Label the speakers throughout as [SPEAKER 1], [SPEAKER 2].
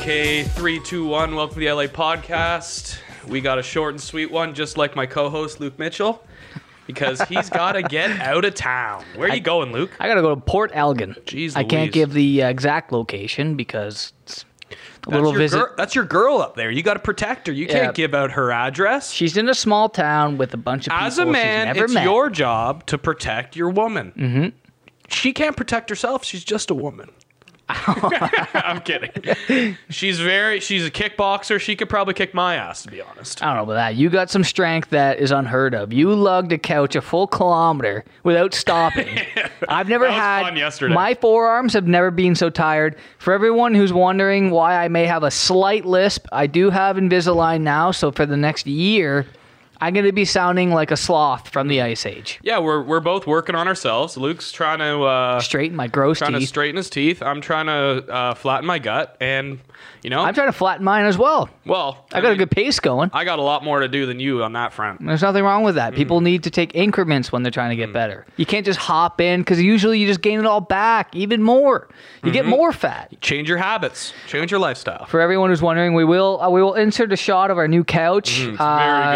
[SPEAKER 1] Okay, three, two, one. Welcome to the LA podcast. We got a short and sweet one, just like my co-host Luke Mitchell, because he's got to get out of town. Where are you going, Luke?
[SPEAKER 2] I gotta go to Port Elgin.
[SPEAKER 1] Jeez
[SPEAKER 2] I can't
[SPEAKER 1] Louise.
[SPEAKER 2] give the uh, exact location because it's a little
[SPEAKER 1] your
[SPEAKER 2] visit.
[SPEAKER 1] Girl, that's your girl up there. You got to protect her. You
[SPEAKER 2] Yeah.
[SPEAKER 1] can't give out her address.
[SPEAKER 2] She's in a small town with a bunch of people
[SPEAKER 1] As a
[SPEAKER 2] she's
[SPEAKER 1] man,
[SPEAKER 2] never
[SPEAKER 1] it's
[SPEAKER 2] met.
[SPEAKER 1] your job to protect your woman. Mm-hmm. She can't protect herself. She's just a woman. I'm kidding. She's very. She's a kickboxer. She could probably kick my ass, to be honest.
[SPEAKER 2] I don't know about that. You got some strength that is unheard of. You lugged a couch a full kilometer without stopping. I've never
[SPEAKER 1] That was
[SPEAKER 2] had
[SPEAKER 1] fun yesterday.
[SPEAKER 2] My forearms have never been so tired. For everyone who's wondering why I may have a slight lisp, I do have Invisalign now, so for the next year, I'm gonna be sounding like a sloth from the Ice Age.
[SPEAKER 1] Yeah, we're we're both working on ourselves. Luke's trying to uh,
[SPEAKER 2] Straighten my gross
[SPEAKER 1] trying to
[SPEAKER 2] teeth.
[SPEAKER 1] straighten his teeth. I'm trying to uh, flatten my gut, and you know,
[SPEAKER 2] I'm trying to flatten mine as well.
[SPEAKER 1] well,
[SPEAKER 2] I got a good pace going.
[SPEAKER 1] I got a lot more to do than you on that front.
[SPEAKER 2] There's nothing wrong with
[SPEAKER 1] Mm.
[SPEAKER 2] that. People need to take increments when they're trying to get better. You can't just hop in because usually you just gain it all back, even more. You get
[SPEAKER 1] Mm-hmm.
[SPEAKER 2] more fat.
[SPEAKER 1] Change your habits. Change your lifestyle.
[SPEAKER 2] For everyone who's wondering, we will uh, we will insert a shot of our new couch. Uh,
[SPEAKER 1] Very good.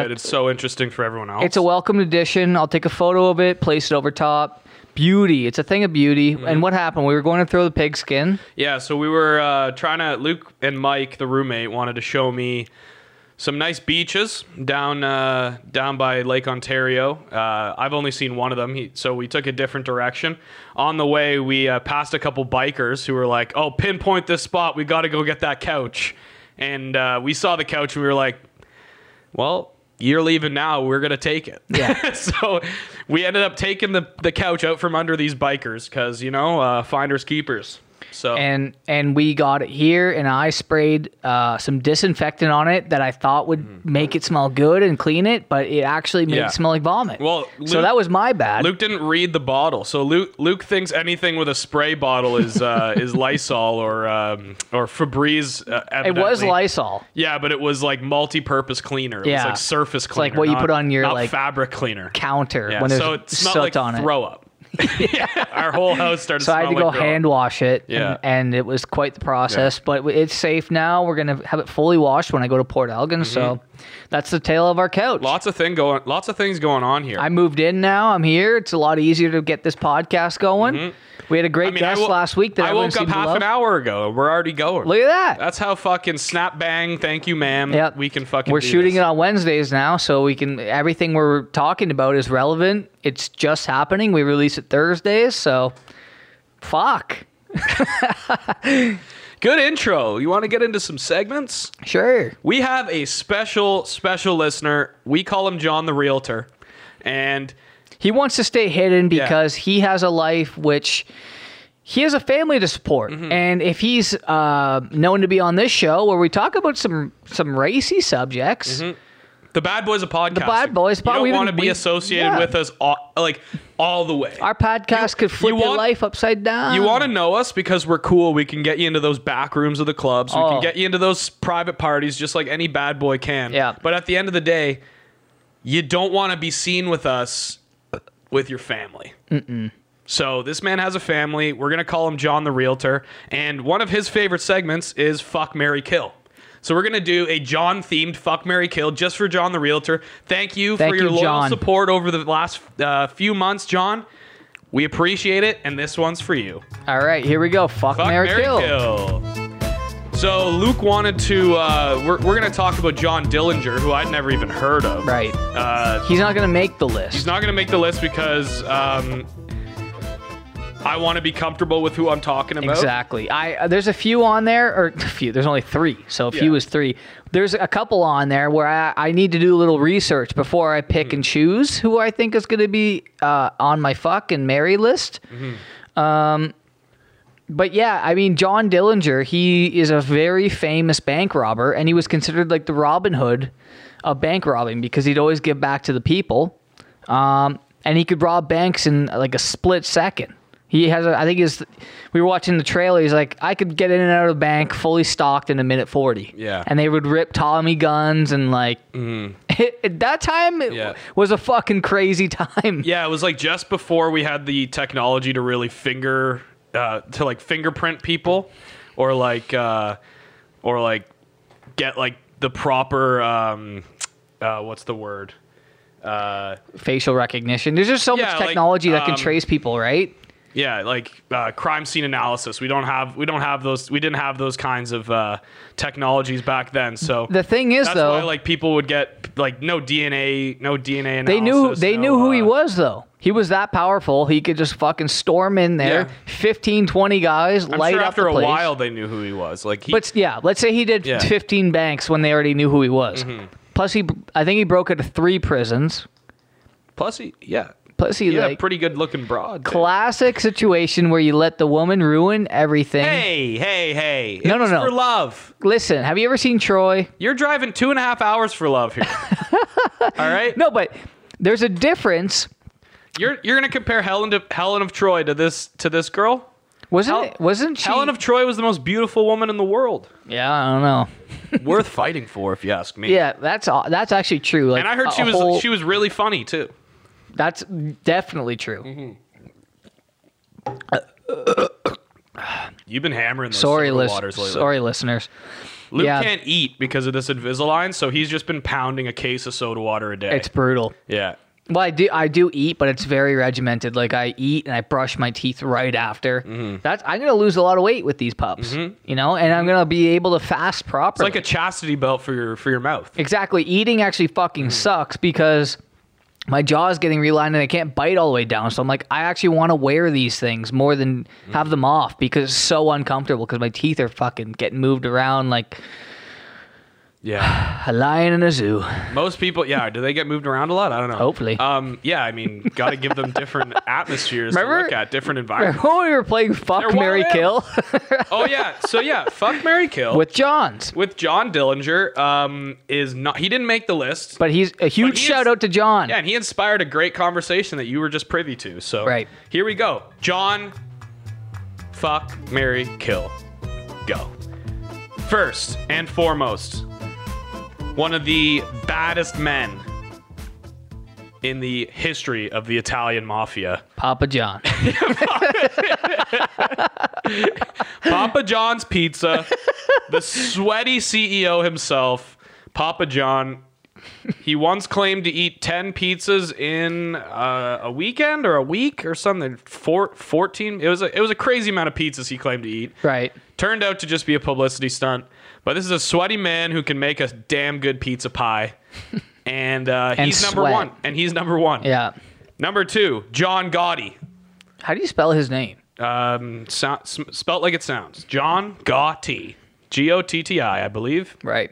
[SPEAKER 1] Mm-hmm. It's so interesting for everyone else.
[SPEAKER 2] It's a welcomed addition. I'll take a photo of it, place it over top. Beauty. It's a thing of beauty.
[SPEAKER 1] Mm-hmm.
[SPEAKER 2] And what happened? We were going to throw the pigskin.
[SPEAKER 1] Yeah, so we were uh, trying to. Luke and Mike, the roommate, wanted to show me some nice beaches down uh, down by Lake Ontario. Uh, I've only seen one of them, he, so we took a different direction. On the way, we uh, passed a couple bikers who were like, "Oh, pinpoint this spot. We got to go get that couch." And uh, we saw the couch, and we were like, "Well." You're leaving now. We're gonna take it.
[SPEAKER 2] Yeah.
[SPEAKER 1] so we ended up taking the, the couch out from under these bikers because you know uh, finders keepers. So
[SPEAKER 2] and and we got it here and i sprayed uh, some disinfectant on it that i thought would make it smell good and clean it but it actually made
[SPEAKER 1] Mm-hmm. Yeah.
[SPEAKER 2] it smell like vomit
[SPEAKER 1] Well,
[SPEAKER 2] so
[SPEAKER 1] Luke-
[SPEAKER 2] that was my bad
[SPEAKER 1] Luke didn't read the bottle, so Luke Luke thinks anything with a spray bottle is uh, is Lysol or um, or Febreze. Uh,
[SPEAKER 2] it was
[SPEAKER 1] evidently.
[SPEAKER 2] lysol
[SPEAKER 1] yeah, but it was like multi-purpose cleaner. It was
[SPEAKER 2] Yeah.
[SPEAKER 1] like surface
[SPEAKER 2] like
[SPEAKER 1] cleaner.
[SPEAKER 2] what you
[SPEAKER 1] not-
[SPEAKER 2] put on your,
[SPEAKER 1] not
[SPEAKER 2] like,
[SPEAKER 1] fabric cleaner.
[SPEAKER 2] counter
[SPEAKER 1] Yeah,
[SPEAKER 2] when there's
[SPEAKER 1] so it smelled
[SPEAKER 2] soot
[SPEAKER 1] like
[SPEAKER 2] on it
[SPEAKER 1] throw up. our whole house started.
[SPEAKER 2] so i had to
[SPEAKER 1] smelling
[SPEAKER 2] go
[SPEAKER 1] like throw up.
[SPEAKER 2] hand wash it
[SPEAKER 1] Yeah.
[SPEAKER 2] and, and it was quite the process but it's safe now we're gonna have it fully washed when i go to port elgin so
[SPEAKER 1] Mm-hmm.
[SPEAKER 2] that's the tail of our couch
[SPEAKER 1] Lots of thing going. Lots of things going on here.
[SPEAKER 2] I moved in now. I'm here. It's a lot easier to get this podcast going. We had a great
[SPEAKER 1] Mm-hmm. I mean, I
[SPEAKER 2] guest
[SPEAKER 1] wo-
[SPEAKER 2] last week
[SPEAKER 1] I
[SPEAKER 2] that everyone
[SPEAKER 1] woke up
[SPEAKER 2] seemed to
[SPEAKER 1] half
[SPEAKER 2] love.
[SPEAKER 1] an hour ago. and We're already going.
[SPEAKER 2] Look at that.
[SPEAKER 1] That's how fucking snap bang. Thank you, ma'am.
[SPEAKER 2] Yep.
[SPEAKER 1] Uh, We can fucking.
[SPEAKER 2] We're
[SPEAKER 1] do
[SPEAKER 2] shooting
[SPEAKER 1] this.
[SPEAKER 2] it on Wednesdays now, so we can everything we're talking about is relevant. It's just happening. We release it Thursdays, so fuck.
[SPEAKER 1] Good intro. You want to get into some segments?
[SPEAKER 2] Sure.
[SPEAKER 1] We have a special, special listener. We call him John the Realtor. And
[SPEAKER 2] He wants to stay hidden because he has a life which he has a family to support.
[SPEAKER 1] Mm-hmm.
[SPEAKER 2] And if he's uh, known to be on this show where we talk about some some racy subjects,
[SPEAKER 1] Mm-hmm. the Bad Boys of Podcast.
[SPEAKER 2] Bad Boys of
[SPEAKER 1] You
[SPEAKER 2] Pod-
[SPEAKER 1] don't
[SPEAKER 2] we've
[SPEAKER 1] want to
[SPEAKER 2] been-
[SPEAKER 1] be
[SPEAKER 2] we-
[SPEAKER 1] associated
[SPEAKER 2] yeah.
[SPEAKER 1] with us all, like all the way.
[SPEAKER 2] our podcast could flip
[SPEAKER 1] you
[SPEAKER 2] your
[SPEAKER 1] want-
[SPEAKER 2] life upside down.
[SPEAKER 1] you want to know us because we're cool. We can get you into those back rooms of the clubs. We
[SPEAKER 2] Oh.
[SPEAKER 1] can get you into those private parties just like any bad boy can.
[SPEAKER 2] Yeah.
[SPEAKER 1] But at the end of the day, you don't want to be seen with us with your family. Mm-mm. So this man has a family. We're gonna call him John the Realtor, and one of his favorite segments is Fuck Mary Kill. So we're gonna do a John themed Fuck Mary Kill just for John the Realtor. Thank you
[SPEAKER 2] Thank
[SPEAKER 1] for your
[SPEAKER 2] you,
[SPEAKER 1] loyal
[SPEAKER 2] John.
[SPEAKER 1] support over the last uh, few months, John. We appreciate it, and this one's for you.
[SPEAKER 2] All right, here we go. Fuck,
[SPEAKER 1] Fuck,
[SPEAKER 2] Mary,
[SPEAKER 1] marry,
[SPEAKER 2] kill.
[SPEAKER 1] kill. So Luke wanted to. Uh, we're we're gonna talk about John Dillinger, who I'd never even heard of.
[SPEAKER 2] Right.
[SPEAKER 1] Uh,
[SPEAKER 2] He's not gonna make the list.
[SPEAKER 1] he's not gonna make the list because um, I want to be comfortable with who I'm talking about.
[SPEAKER 2] Exactly. I uh, there's a few on there, or a few. There's only three, so a few
[SPEAKER 1] Yeah.
[SPEAKER 2] is three. There's a couple on there where I, I need to do a little research before I pick and choose who I think is going to be uh, on my fuck and Mary list. Um, but yeah, I mean John Dillinger, he is a very famous bank robber, and he was considered like the Robin Hood of bank robbing because he'd always give back to the people. Um, and he could rob banks in like a split second. He has, a, I think, his. We were watching the trailer. He's like, I could get in and out of the bank fully stocked in a minute forty.
[SPEAKER 1] Yeah. Mm-hmm.
[SPEAKER 2] And they would rip Tommy guns and like, that time it
[SPEAKER 1] Yeah.
[SPEAKER 2] was a fucking crazy time.
[SPEAKER 1] Yeah, it was like just before we had the technology to really finger uh, to like fingerprint people, or like uh, or like get like the proper um, uh, what's the word? Uh,
[SPEAKER 2] Facial recognition. There's just so
[SPEAKER 1] Yeah,
[SPEAKER 2] much
[SPEAKER 1] like,
[SPEAKER 2] technology that
[SPEAKER 1] um,
[SPEAKER 2] can trace people, right?
[SPEAKER 1] yeah, like uh, crime scene analysis. We don't have we don't have those we didn't have those kinds of uh, technologies back then. So
[SPEAKER 2] The thing is,
[SPEAKER 1] that's
[SPEAKER 2] though,
[SPEAKER 1] why like people would get like no DNA, no DNA analysis.
[SPEAKER 2] they knew they
[SPEAKER 1] no,
[SPEAKER 2] knew who he
[SPEAKER 1] uh,
[SPEAKER 2] was, though. He was that powerful. He could just fucking storm in there,
[SPEAKER 1] Yeah.
[SPEAKER 2] fifteen, twenty 15, 20 guys,
[SPEAKER 1] I'm
[SPEAKER 2] light
[SPEAKER 1] sure
[SPEAKER 2] up
[SPEAKER 1] after
[SPEAKER 2] the
[SPEAKER 1] a
[SPEAKER 2] place.
[SPEAKER 1] while they knew who he was. Like he,
[SPEAKER 2] But yeah, let's say he did
[SPEAKER 1] Yeah. Mm-hmm.
[SPEAKER 2] 15 banks when they already knew who he was. Plus, he I think he broke into three prisons.
[SPEAKER 1] plus he yeah.
[SPEAKER 2] Plus, he
[SPEAKER 1] Yeah,
[SPEAKER 2] like
[SPEAKER 1] pretty good looking broad. too.
[SPEAKER 2] classic situation where you let the woman ruin everything.
[SPEAKER 1] Hey, hey, hey.
[SPEAKER 2] No, no,
[SPEAKER 1] It's
[SPEAKER 2] no.
[SPEAKER 1] For love.
[SPEAKER 2] Listen, have you ever seen Troy?
[SPEAKER 1] You're driving two and a half hours for love here. All right?
[SPEAKER 2] No, but there's a difference.
[SPEAKER 1] You're you're gonna compare Helen to Helen of Troy to this to this girl?
[SPEAKER 2] Wasn't
[SPEAKER 1] Hel-
[SPEAKER 2] it, wasn't she?
[SPEAKER 1] Helen of Troy was the most beautiful woman in the world.
[SPEAKER 2] yeah, I don't know.
[SPEAKER 1] Worth fighting for, if you ask me.
[SPEAKER 2] Yeah, that's aw- that's actually true. Like,
[SPEAKER 1] And I heard
[SPEAKER 2] a-
[SPEAKER 1] she
[SPEAKER 2] a
[SPEAKER 1] was
[SPEAKER 2] whole-
[SPEAKER 1] she was really funny too.
[SPEAKER 2] That's definitely true.
[SPEAKER 1] Mm-hmm. You've been hammering those
[SPEAKER 2] Sorry,
[SPEAKER 1] soda
[SPEAKER 2] lis-
[SPEAKER 1] waters lately.
[SPEAKER 2] sorry, listeners.
[SPEAKER 1] Luke
[SPEAKER 2] yeah.
[SPEAKER 1] can't eat because of this Invisalign, so he's just been pounding a case of soda water a day.
[SPEAKER 2] It's brutal.
[SPEAKER 1] yeah.
[SPEAKER 2] Well, I do I do eat, but it's very regimented. Like I eat and I brush my teeth right after.
[SPEAKER 1] Mm-hmm.
[SPEAKER 2] That's I'm gonna lose a lot of weight with these pups, you know, and I'm gonna be able to fast
[SPEAKER 1] It's
[SPEAKER 2] properly.
[SPEAKER 1] like a chastity belt for your for your mouth.
[SPEAKER 2] exactly, eating actually
[SPEAKER 1] Mm-hmm.
[SPEAKER 2] fucking sucks because my jaw is getting relined and I can't bite all the way down. So I'm like, I actually want to wear these things more than
[SPEAKER 1] Mm-hmm.
[SPEAKER 2] have them off because it's so uncomfortable because my teeth are fucking getting moved around like
[SPEAKER 1] Yeah.
[SPEAKER 2] a lion in a zoo.
[SPEAKER 1] Most people, yeah. Do they get moved around a lot? I don't know.
[SPEAKER 2] Hopefully.
[SPEAKER 1] Um. Yeah. I mean, got to give them different atmospheres
[SPEAKER 2] Remember-
[SPEAKER 1] to look at, different environments.
[SPEAKER 2] Remember when we were playing Fuck
[SPEAKER 1] They're
[SPEAKER 2] Mary
[SPEAKER 1] wild
[SPEAKER 2] Kill
[SPEAKER 1] oh yeah. So yeah, fuck Mary Kill
[SPEAKER 2] with Johns?
[SPEAKER 1] with John Dillinger. Um, is not he didn't make the list.
[SPEAKER 2] But he's a huge
[SPEAKER 1] he is-
[SPEAKER 2] shout out to John.
[SPEAKER 1] yeah, and he inspired a great conversation that you were just privy to. So
[SPEAKER 2] Right.
[SPEAKER 1] here we go. John, fuck Mary Kill, go. First and foremost, one of the baddest men in the history of the Italian mafia.
[SPEAKER 2] Papa John.
[SPEAKER 1] Papa John's Pizza, the sweaty CEO himself, Papa John. He once claimed to eat 10 pizzas in uh, a weekend or a week or something. Four, 14. It was, a, it was a crazy amount of pizzas he claimed to eat.
[SPEAKER 2] right.
[SPEAKER 1] Turned out to just be a publicity stunt. But this is a sweaty man who can make a damn good pizza pie. And, uh,
[SPEAKER 2] And
[SPEAKER 1] he's number
[SPEAKER 2] sweat.
[SPEAKER 1] one. And he's number one.
[SPEAKER 2] Yeah.
[SPEAKER 1] Number two, John Gotti.
[SPEAKER 2] How do you spell his name?
[SPEAKER 1] Um, so, sm- spelt like it sounds. John Gotti. G O T T I, I believe.
[SPEAKER 2] Right.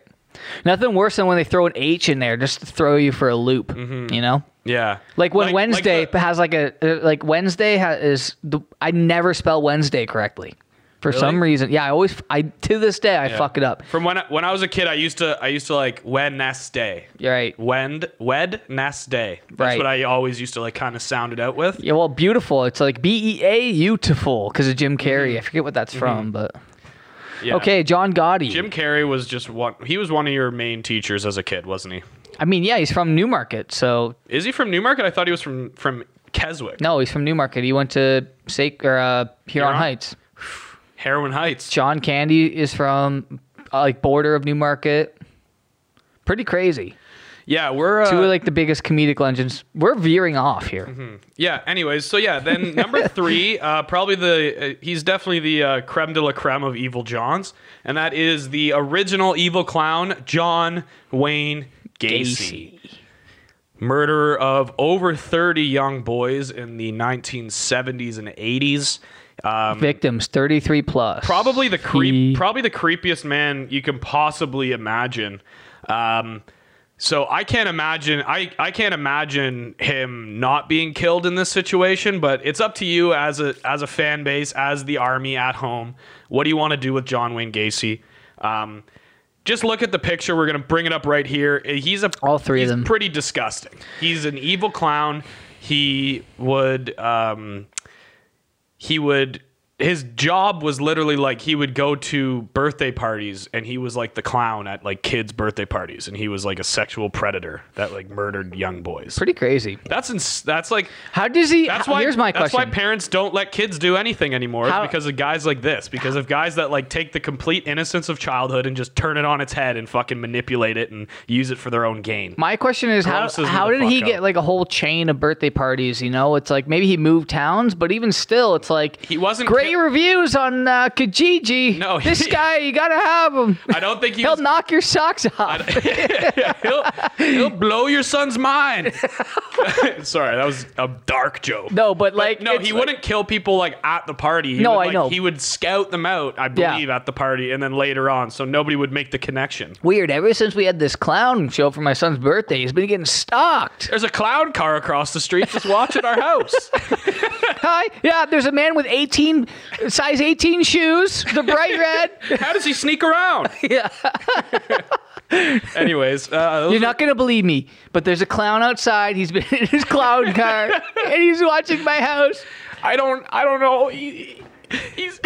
[SPEAKER 2] Nothing worse than when they throw an H in there just to throw you for a loop, you know?
[SPEAKER 1] Yeah.
[SPEAKER 2] Like when Wednesday
[SPEAKER 1] Mm-hmm. the-
[SPEAKER 2] has like a uh, like Wednesday ha is the I never spell Wednesday correctly. For some reason. Yeah, I always I to this day I
[SPEAKER 1] yeah.
[SPEAKER 2] fuck it up.
[SPEAKER 1] From when I, when I was a kid, I used to I used to like Wednesday.
[SPEAKER 2] You're right.
[SPEAKER 1] Wend Wednesday. That's
[SPEAKER 2] Right.
[SPEAKER 1] what I always used to like kind of sound it out with.
[SPEAKER 2] Yeah, well, beautiful. It's like B E A beautiful because of Jim Carrey. I forget what that's from, but
[SPEAKER 1] Mm-hmm. Yeah.
[SPEAKER 2] okay, John Gotti.
[SPEAKER 1] Jim Carrey was just one. He was one of your main teachers as a kid, wasn't he?
[SPEAKER 2] I mean, yeah, he's from Newmarket, so
[SPEAKER 1] Is he from Newmarket? I thought he was from from Keswick,
[SPEAKER 2] No, he's from Newmarket. He went to Sac- or uh, Huron
[SPEAKER 1] Huron?
[SPEAKER 2] Heights.
[SPEAKER 1] Heroin Heights.
[SPEAKER 2] John Candy is from uh, like border of Newmarket. Pretty crazy.
[SPEAKER 1] Yeah, we're uh,
[SPEAKER 2] Two of like the biggest comedic legends. We're veering off here.
[SPEAKER 1] Mm-hmm. Yeah. Anyways, so yeah, then number three, uh, probably the uh, he's definitely the uh, creme de la creme of evil Johns, and that is the original evil clown John Wayne Gacy, murderer of over thirty young boys in the 1970s and 80s. Um,
[SPEAKER 2] Victims thirty three plus.
[SPEAKER 1] probably the creep
[SPEAKER 2] He-
[SPEAKER 1] probably the creepiest man you can possibly imagine um so i can't imagine i i can't imagine him not being killed in this situation but it's up to you as a as a fan base as the army at home what do you want to do with john wayne gacy um just look at the picture. We're gonna bring it up right here. He's a
[SPEAKER 2] All three of
[SPEAKER 1] he's
[SPEAKER 2] them.
[SPEAKER 1] Pretty disgusting. He's an evil clown. He would um, he would his job was literally like he would go to birthday parties and he was like the clown at like kids' birthday parties and he was like a sexual predator that like murdered young boys.
[SPEAKER 2] Pretty crazy.
[SPEAKER 1] That's ins- that's like
[SPEAKER 2] How does he?
[SPEAKER 1] that's
[SPEAKER 2] how-
[SPEAKER 1] why
[SPEAKER 2] here's my
[SPEAKER 1] that's
[SPEAKER 2] question.
[SPEAKER 1] why parents don't let kids do anything anymore is
[SPEAKER 2] How-
[SPEAKER 1] because of guys like this because of guys that like take the complete innocence of childhood and just turn it on its head and fucking manipulate it and use it for their own gain.
[SPEAKER 2] My question is how
[SPEAKER 1] Gross as
[SPEAKER 2] how did he
[SPEAKER 1] motherfucker.
[SPEAKER 2] get like a whole chain of birthday parties? You know, it's like maybe he moved towns, but even still, it's like
[SPEAKER 1] He wasn't
[SPEAKER 2] great
[SPEAKER 1] ki-
[SPEAKER 2] reviews on uh, Kijiji.
[SPEAKER 1] No, he-
[SPEAKER 2] this guy, you gotta have him.
[SPEAKER 1] I don't think he
[SPEAKER 2] He'll
[SPEAKER 1] was,
[SPEAKER 2] knock your socks off.
[SPEAKER 1] he'll, he'll blow your son's mind. Sorry, that was a dark joke.
[SPEAKER 2] No, but like
[SPEAKER 1] no,
[SPEAKER 2] it's
[SPEAKER 1] he
[SPEAKER 2] like-
[SPEAKER 1] wouldn't kill people like at the party. He
[SPEAKER 2] No,
[SPEAKER 1] would,
[SPEAKER 2] I
[SPEAKER 1] like,
[SPEAKER 2] know.
[SPEAKER 1] He would scout them out, I
[SPEAKER 2] Yeah.
[SPEAKER 1] believe, at the party, and then later on, so nobody would make the connection.
[SPEAKER 2] Weird. Ever since we had this clown show for my son's birthday, he's been getting stalked.
[SPEAKER 1] There's a clown car across the street just watching our house.
[SPEAKER 2] Hi. Yeah, there's a man with 18 size 18 shoes, the bright red.
[SPEAKER 1] How does he sneak around?
[SPEAKER 2] yeah.
[SPEAKER 1] Anyways, uh,
[SPEAKER 2] You're not going to believe me, but there's a clown outside. He's been in his clown car and he's watching my house.
[SPEAKER 1] I don't, I don't know. He, he's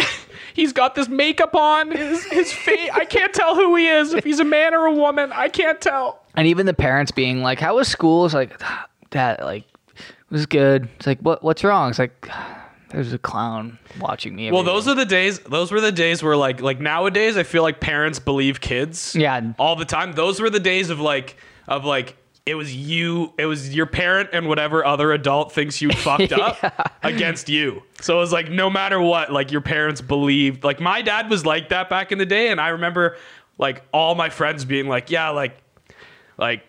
[SPEAKER 1] he's got this makeup on. His his face. I can't tell who he is. If he's a man or a woman, I can't tell.
[SPEAKER 2] And even the parents being like, "How was school?" It's like, "That like it was good." It's like, "What what's wrong?" It's like, "There's a clown watching me."
[SPEAKER 1] Well, those are the days. Those were the days where, like, like nowadays, I feel like parents believe kids.
[SPEAKER 2] Yeah.
[SPEAKER 1] All the time. Those were the days of like, of like, it was you, it was your parent and whatever other adult thinks you fucked up against you. So it was like, no matter what, like your parents believed. Like my dad was like that back in the day, and I remember, like, all my friends being like, yeah, like, like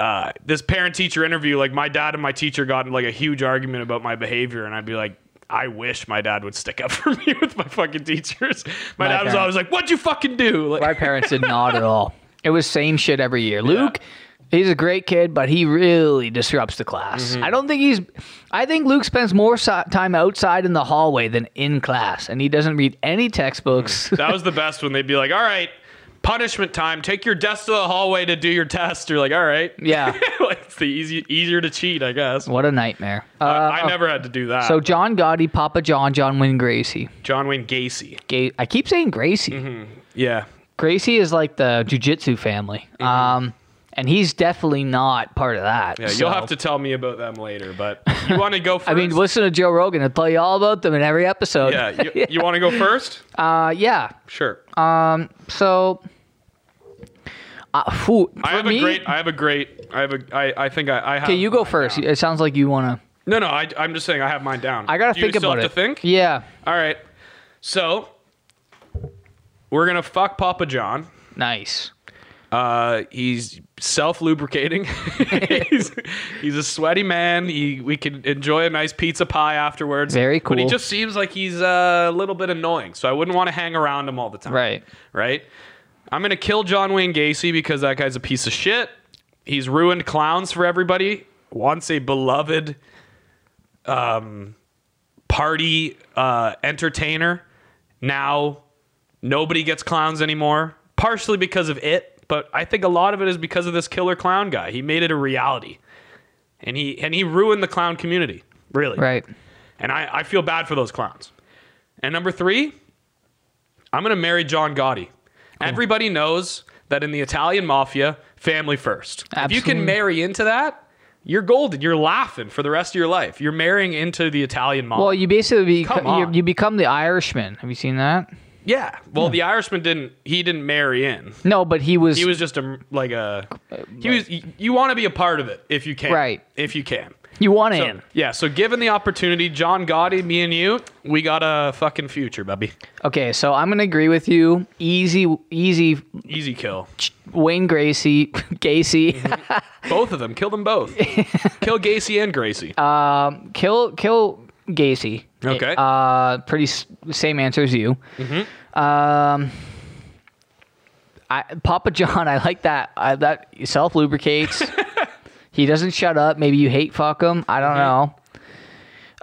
[SPEAKER 1] uh, this parent teacher interview, like my dad and my teacher got in like a huge argument about my behavior, and I'd be like, I wish my dad would stick up for me with my fucking teachers. My,
[SPEAKER 2] My
[SPEAKER 1] dad was
[SPEAKER 2] parent-
[SPEAKER 1] always like, "What'd you fucking do?" Like,
[SPEAKER 2] my parents did not at all. It was same shit every year. Luke, he's a great kid, but he really disrupts the class.
[SPEAKER 1] Mm-hmm.
[SPEAKER 2] I don't think he's. I think Luke spends more so- time outside in the hallway than in class, and he doesn't read any textbooks.
[SPEAKER 1] that was the best when they'd be like, "All right, punishment time. Take your desk to the hallway to do your test." You're like, "All right."
[SPEAKER 2] yeah,
[SPEAKER 1] like, it's the easy, easier to cheat, I guess.
[SPEAKER 2] what a nightmare. Uh,
[SPEAKER 1] I, I never had to do that.
[SPEAKER 2] so
[SPEAKER 1] So
[SPEAKER 2] John Gotti, Papa John, John Wayne Gracie.
[SPEAKER 1] John Wayne Gacy.
[SPEAKER 2] Ga- I keep saying Gracie.
[SPEAKER 1] Mm-hmm. Yeah.
[SPEAKER 2] Gracie is like the jujitsu family.
[SPEAKER 1] Mm-hmm.
[SPEAKER 2] Um, and he's definitely not part of that.
[SPEAKER 1] Yeah,
[SPEAKER 2] so-
[SPEAKER 1] you'll have to tell me about them later, but you want to go first?
[SPEAKER 2] I mean, listen to Joe Rogan. He'll tell you all about them in every episode.
[SPEAKER 1] yeah, you, you want to go first?
[SPEAKER 2] Uh, yeah.
[SPEAKER 1] Sure.
[SPEAKER 2] So, uh, who, for
[SPEAKER 1] I have
[SPEAKER 2] me,
[SPEAKER 1] a great. I have a great. I have a. I. I think I. I have
[SPEAKER 2] okay, you go
[SPEAKER 1] mine
[SPEAKER 2] first.
[SPEAKER 1] down.
[SPEAKER 2] It sounds like you want to.
[SPEAKER 1] No, no. I, I'm just saying I have mine down.
[SPEAKER 2] I gotta
[SPEAKER 1] Do
[SPEAKER 2] think
[SPEAKER 1] you still
[SPEAKER 2] about
[SPEAKER 1] have To
[SPEAKER 2] it.
[SPEAKER 1] think.
[SPEAKER 2] Yeah.
[SPEAKER 1] All right. So we're gonna fuck Papa John.
[SPEAKER 2] Nice.
[SPEAKER 1] Uh, he's self-lubricating. he's, he's a sweaty man. He, we can enjoy a nice pizza pie afterwards.
[SPEAKER 2] Very
[SPEAKER 1] But he
[SPEAKER 2] cool.
[SPEAKER 1] just seems like he's uh, a little bit annoying, so I wouldn't want to hang around him all the time.
[SPEAKER 2] Right.
[SPEAKER 1] Right. I'm gonna kill John Wayne Gacy because that guy's a piece of shit. He's ruined clowns for everybody. Once a beloved um, party uh, entertainer, now nobody gets clowns anymore. Partially because of it, but I think a lot of it is because of this killer clown guy. He made it a reality, and he and he ruined the clown community. Really,
[SPEAKER 2] Right.
[SPEAKER 1] and I, I feel bad for those clowns. And number three, I'm going to marry John Gotti. Everybody knows that in the Italian mafia, family first. If you
[SPEAKER 2] Absolutely.
[SPEAKER 1] can marry into that, you're golden. You're laughing for the rest of your life. You're marrying into the Italian mafia.
[SPEAKER 2] Well, you basically
[SPEAKER 1] Come
[SPEAKER 2] beco- you,
[SPEAKER 1] on.
[SPEAKER 2] you become the Irishman. Have you seen that?
[SPEAKER 1] yeah. Well, the Irishman didn't. He didn't marry in.
[SPEAKER 2] No, but he was.
[SPEAKER 1] He was just a like a. He was. You, you want to be a part of it if you can.
[SPEAKER 2] Right.
[SPEAKER 1] If you can.
[SPEAKER 2] you want
[SPEAKER 1] So,
[SPEAKER 2] in.
[SPEAKER 1] yeah. So given the opportunity, John Gotti, me and you, we got a fucking future, bubby.
[SPEAKER 2] Okay, so I'm gonna agree with you. Easy, easy.
[SPEAKER 1] Easy kill.
[SPEAKER 2] Wayne Gracie, Gacy,
[SPEAKER 1] Both of them. Kill them both. Kill Gacy and Gracie.
[SPEAKER 2] Uh, kill, kill Gacy.
[SPEAKER 1] Okay.
[SPEAKER 2] Uh, pretty s- same answer as you.
[SPEAKER 1] Mm-hmm.
[SPEAKER 2] Um, I, Papa John, I like that. I, that self lubricates. he doesn't shut up. Maybe you hate fuck him. I
[SPEAKER 1] Mm-hmm.
[SPEAKER 2] don't know.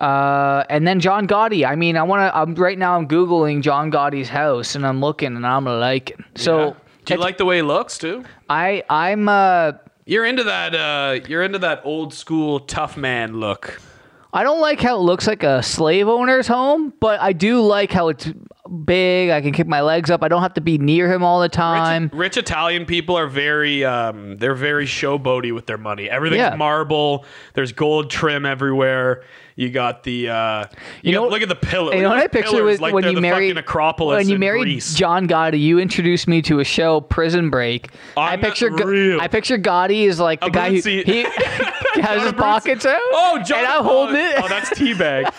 [SPEAKER 2] Uh, and then John Gotti. I mean, I want to. I'm right now. I'm googling John Gotti's house, and I'm looking, and I'm like it. So.
[SPEAKER 1] Yeah. do you like the way he looks too?
[SPEAKER 2] I I'm uh
[SPEAKER 1] You're into that. Uh, you're into that old school tough man look.
[SPEAKER 2] I don't like how it looks like a slave owner's home, but I do like how it's big. I can kick my legs up. I don't have to be near him all the time.
[SPEAKER 1] Rich, rich Italian people are very um, they're very showboaty with their money. Everything's
[SPEAKER 2] Yeah.
[SPEAKER 1] marble. There's gold trim everywhere. You got the uh, you,
[SPEAKER 2] know-
[SPEAKER 1] got- look at the pillar. Look
[SPEAKER 2] And you know
[SPEAKER 1] at
[SPEAKER 2] what I
[SPEAKER 1] the
[SPEAKER 2] picture
[SPEAKER 1] pillars
[SPEAKER 2] was
[SPEAKER 1] like
[SPEAKER 2] when
[SPEAKER 1] they're
[SPEAKER 2] you
[SPEAKER 1] the
[SPEAKER 2] married
[SPEAKER 1] fucking Acropolis
[SPEAKER 2] when you
[SPEAKER 1] in
[SPEAKER 2] married
[SPEAKER 1] Greece.
[SPEAKER 2] John Gotti, you introduced me to a show, Prison Break. i
[SPEAKER 1] I'm not
[SPEAKER 2] picture Go-
[SPEAKER 1] real.
[SPEAKER 2] I picture Gotti is like the guy who
[SPEAKER 1] Abruzzi.
[SPEAKER 2] he has his
[SPEAKER 1] Abruzzi.
[SPEAKER 2] pockets out.
[SPEAKER 1] Oh, John!
[SPEAKER 2] and I'm holding
[SPEAKER 1] oh,
[SPEAKER 2] it.
[SPEAKER 1] Oh, that's teabag.